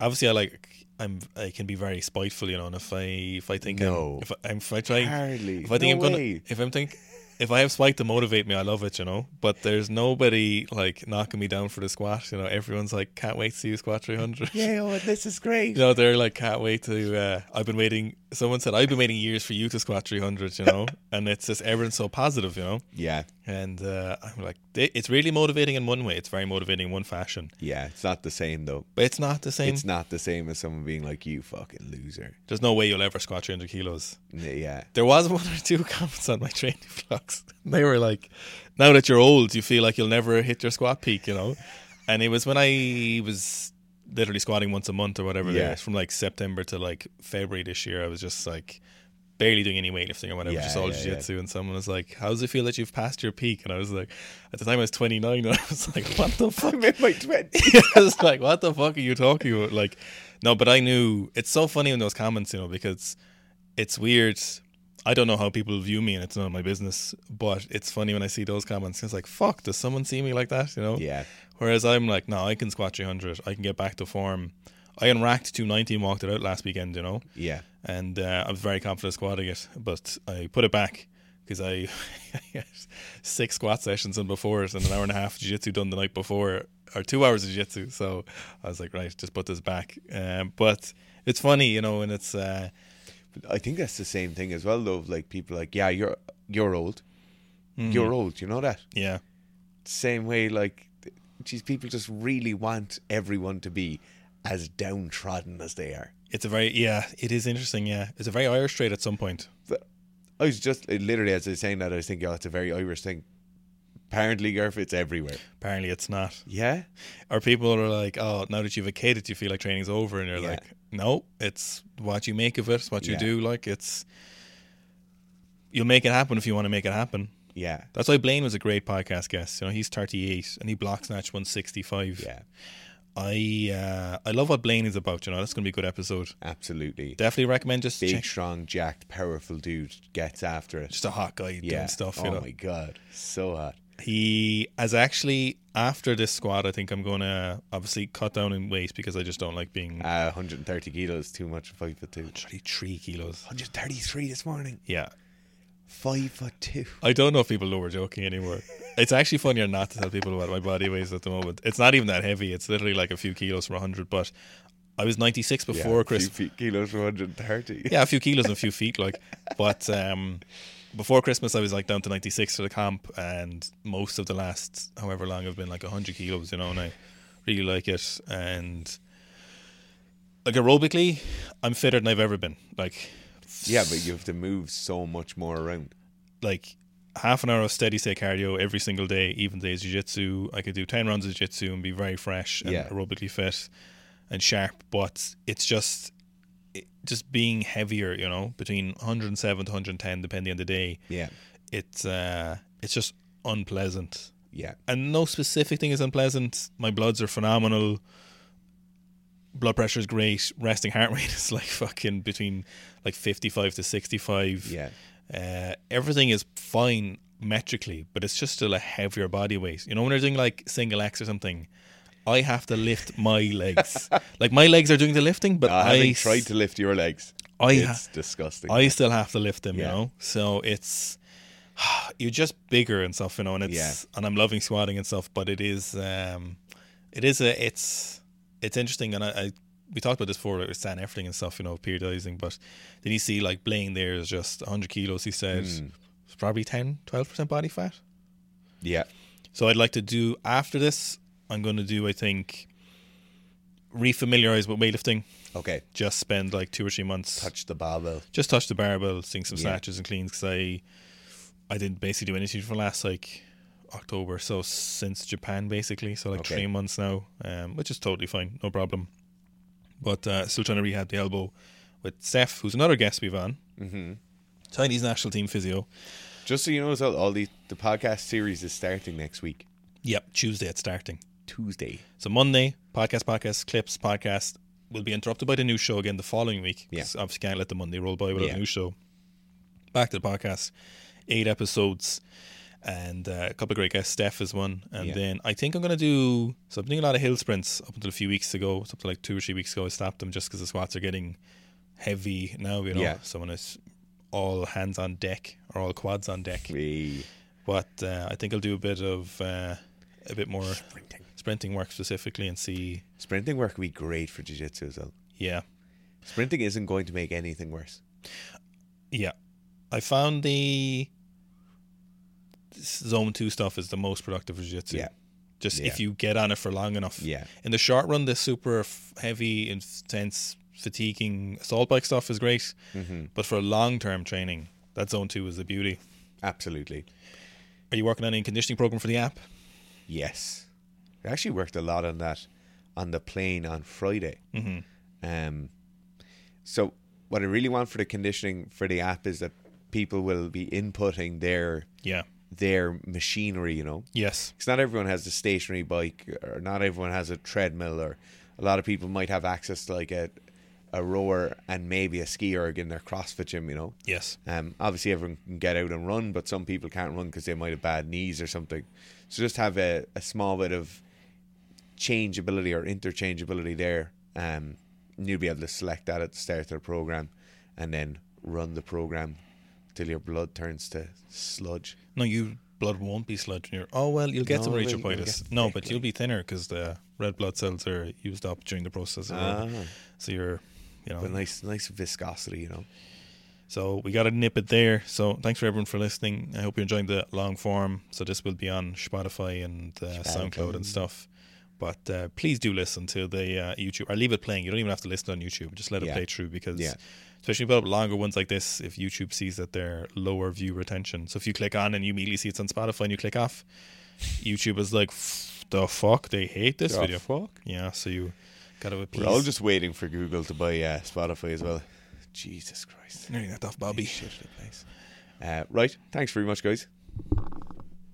Speaker 1: Obviously, I like I'm I can be very spiteful, you know, and if I if I think
Speaker 2: No.
Speaker 1: I'm, if I, I'm if I try
Speaker 2: Hardly.
Speaker 1: if I think
Speaker 2: No
Speaker 1: I'm
Speaker 2: way.
Speaker 1: gonna if I'm think if I have spike to motivate me, I love it, you know. But there's nobody like knocking me down for the squat, you know. Everyone's like, can't wait to see you squat 300.
Speaker 2: Yeah, oh, this is great.
Speaker 1: You know, they're like, can't wait to. Uh, I've been waiting. Someone said, I've been waiting years for you to squat 300, you know? and it's just everyone's so positive, you know?
Speaker 2: Yeah,
Speaker 1: And uh, I'm like, they- it's really motivating in one way. It's very motivating in one fashion.
Speaker 2: yeah. It's not the same though.
Speaker 1: But it's not the same.
Speaker 2: It's not the same as someone being like, "You fucking loser."
Speaker 1: There's no way you'll ever squat 300 kilos.
Speaker 2: N- Yeah,
Speaker 1: There was one or two comments on my training vlogs. They were like, now that you're old, you feel like you'll never hit your squat peak, you know? And it was when I was literally squatting once a month or whatever.
Speaker 2: Yeah.
Speaker 1: There. From like September to like February this year, I was just like barely doing any weightlifting or whatever,
Speaker 2: Yeah,
Speaker 1: just all
Speaker 2: yeah,
Speaker 1: jiu jitsu. And someone was like, how does it feel that you've passed your peak? And I was like, at the time I was 29, and I was like, what the fuck?
Speaker 2: I'm in my twenties.
Speaker 1: I was like, what the fuck are you talking about? Like, no, but I knew it's so funny in those comments, you know, because it's weird. I don't know how people view me, and it's none of my business. But it's funny when I see those comments. It's like, fuck, does someone see me like that? You know?
Speaker 2: yeah,
Speaker 1: Whereas I'm like, no, I can squat 300. I can get back to form. I unracked 290 and walked it out last weekend. You know?
Speaker 2: yeah,
Speaker 1: and uh, I was very confident squatting it, but I put it back because I had six squat sessions in before it and an hour and a half of jiu-jitsu done the night before or two hours of jiu-jitsu so I was like right just put this back um, but it's funny you know and it's uh,
Speaker 2: But I think that's the same thing as well, though. of, Like people, are like, yeah, you're you're old.
Speaker 1: Mm-hmm.
Speaker 2: You're old. You know that.
Speaker 1: yeah
Speaker 2: Same way, like, th- geez, people just really want everyone to be as downtrodden as they are.
Speaker 1: it's a very yeah it is interesting yeah it's a very Irish trait at some point
Speaker 2: I was just uh, literally as I was saying that, I was thinking, oh, it's a very Irish thing. Apparently, Garf, it's everywhere.
Speaker 1: apparently it's not
Speaker 2: Yeah,
Speaker 1: or people are like oh now that you've a kid it you feel like training's over and you're
Speaker 2: Yeah.
Speaker 1: like no it's what you make of it it's what you
Speaker 2: Yeah.
Speaker 1: do like it's you'll make it happen if you want to make it happen
Speaker 2: yeah,
Speaker 1: That's why Blaine was a great podcast guest. You know, he's 38 and he block snatched 165.
Speaker 2: yeah.
Speaker 1: I uh, I love what Blaine is about. You know, that's going to be a good episode.
Speaker 2: Absolutely.
Speaker 1: Definitely recommend just
Speaker 2: Big,
Speaker 1: check,
Speaker 2: strong, jacked, powerful dude gets after it.
Speaker 1: just a hot guy doing stuff. You
Speaker 2: oh
Speaker 1: know,
Speaker 2: my god, so hot.
Speaker 1: he has actually after this squad. I think I'm going to obviously cut down in weight because I just don't like being
Speaker 2: Uh, 130 kilos, too much. Five foot two.
Speaker 1: 33 kilos.
Speaker 2: 133 this morning.
Speaker 1: Yeah,
Speaker 2: Five foot two.
Speaker 1: I don't know if people know we're joking anymore. It's actually funnier not to tell people what my body weighs at the moment. It's not even that heavy. It's literally like a few kilos from 100. But I was 96 before Christmas.
Speaker 2: Two feet kilos for 130.
Speaker 1: yeah, a few kilos and a few feet, like. But um, before Christmas, I was like down to ninety six for the comp, and most of the last however long I've been like hundred kilos, you know, and I really like it. And like aerobically, I'm fitter than I've ever been. Like,
Speaker 2: Yeah, but you have to move so much more around.
Speaker 1: like half an hour of steady state cardio every single day, even days jiu jitsu. I could do ten rounds of jiu jitsu and be very fresh and
Speaker 2: Yeah.
Speaker 1: aerobically fit and sharp. But it's just it, just being heavier, you know, between 107 to 110, depending on the day.
Speaker 2: Yeah,
Speaker 1: It's uh, it's just unpleasant.
Speaker 2: yeah,
Speaker 1: And no specific thing is unpleasant. My bloods are phenomenal. Blood pressure is great. Resting heart rate is like fucking between like 55 to 65
Speaker 2: yeah.
Speaker 1: uh, everything is fine metrically, but it's just still a heavier body weight. You know, when they're doing like single X or something, I have to lift my legs. like my legs are doing the lifting, but
Speaker 2: Uh,
Speaker 1: I
Speaker 2: having
Speaker 1: s-
Speaker 2: tried to lift your legs,
Speaker 1: I ha-
Speaker 2: it's disgusting.
Speaker 1: I still have to lift them, you
Speaker 2: Yeah.
Speaker 1: know. So it's you're just bigger and stuff, you know. And it's and I'm loving squatting and stuff, but it is um, it is a it's it's interesting. And I, I we talked about this before with Stan Effling and stuff, you know, periodizing. But then you see like Blaine there is just 100 kilos. He said
Speaker 2: Hmm.
Speaker 1: it's probably 10, 12 percent body fat.
Speaker 2: yeah,
Speaker 1: So I'd like to do after this. I'm going to do I think refamiliarize with weightlifting.
Speaker 2: okay.
Speaker 1: Just spend like two or three months
Speaker 2: Touch the barbell.
Speaker 1: just touch the barbell, sing some
Speaker 2: Yeah.
Speaker 1: snatches and cleans because I, I didn't basically do anything for the last like October, so since Japan basically, so like
Speaker 2: Okay.
Speaker 1: three months now, um, which is totally fine, no problem. But uh, still trying to rehab the elbow with Steph, who's another guest we've on,
Speaker 2: hmm
Speaker 1: Chinese national team physio.
Speaker 2: Just so you know, as well, all the the podcast series is starting next week,
Speaker 1: Yep, Tuesday it's starting.
Speaker 2: Tuesday.
Speaker 1: So Monday, podcast, podcast, clips, podcast will be interrupted by the new show again the following week.
Speaker 2: Yeah.
Speaker 1: 'cause Obviously can't let the Monday roll by without
Speaker 2: Yeah.
Speaker 1: a new show. Back to the podcast. Eight episodes and uh, a couple of great guests. Steph is one. And
Speaker 2: Yeah.
Speaker 1: then I think I'm going to do, so I'm doing a lot of hill sprints up until a few weeks ago, up to like two or three weeks ago. I stopped them just because the squats are getting heavy now, you know.
Speaker 2: Yeah.
Speaker 1: So when it's all hands on deck or all quads on deck.
Speaker 2: Hey.
Speaker 1: But uh, I think I'll do a bit of, uh, a bit more sprinting work specifically and see
Speaker 2: Sprinting work would be great for jiu-jitsu as well.
Speaker 1: Yeah,
Speaker 2: Sprinting isn't going to make anything worse.
Speaker 1: yeah. I found the zone two stuff is the most productive for jiu-jitsu.
Speaker 2: Yeah.
Speaker 1: Just if
Speaker 2: Yeah.
Speaker 1: you get on it for long enough.
Speaker 2: Yeah.
Speaker 1: In the short run, the super f- heavy, intense, fatiguing assault bike stuff is great,
Speaker 2: Mm-hmm.
Speaker 1: but for long-term training, that zone two is the beauty.
Speaker 2: Absolutely.
Speaker 1: Are you working on any conditioning program for the app?
Speaker 2: Yes. I actually worked a lot on that on the plane on Friday.
Speaker 1: Mm-hmm.
Speaker 2: Um, so what I really want for the conditioning for the app is that people will be inputting their
Speaker 1: Yeah.
Speaker 2: their machinery. You know,
Speaker 1: Yes.
Speaker 2: because not everyone has a stationary bike, or not everyone has a treadmill, or a lot of people might have access to like a a rower and maybe a ski erg in their CrossFit gym. You know,
Speaker 1: Yes.
Speaker 2: um, obviously, everyone can get out and run, but some people can't run because they might have bad knees or something. So just have a, a small bit of changeability or interchangeability there. Um, and you'll be able to select that at the start of the program and then run the program till your blood turns to sludge.
Speaker 1: No, you blood won't be sludge. You're, oh well, you'll get
Speaker 2: No,
Speaker 1: some
Speaker 2: we'll-
Speaker 1: retropitis.
Speaker 2: we'll get
Speaker 1: no,
Speaker 2: thick,
Speaker 1: but you'll be thinner because the red blood cells are used up during the process. Of
Speaker 2: Ah.
Speaker 1: So you're, you know,
Speaker 2: But nice, nice viscosity, you know.
Speaker 1: So we got to nip it there. So thanks for everyone for listening. I hope you're enjoying the long form. So this will be on Spotify and uh, SoundCloud and stuff. But uh, please do listen to the uh, YouTube or leave it playing. You don't even have to listen on YouTube. Just let it
Speaker 2: Yeah.
Speaker 1: play through because,
Speaker 2: Yeah.
Speaker 1: especially if you put up longer ones like this, if YouTube sees that they're lower view retention. So if you click on and you immediately see it's on Spotify and you click off, YouTube is like, "F- the fuck? They hate this
Speaker 2: The
Speaker 1: video.
Speaker 2: fuck?
Speaker 1: Yeah. So you got to appease.
Speaker 2: We're all just waiting for Google to buy uh, Spotify as well. Jesus Christ.
Speaker 1: Nearly knocked off Bobby.
Speaker 2: Shit, the place. Uh, right. Thanks very much, guys.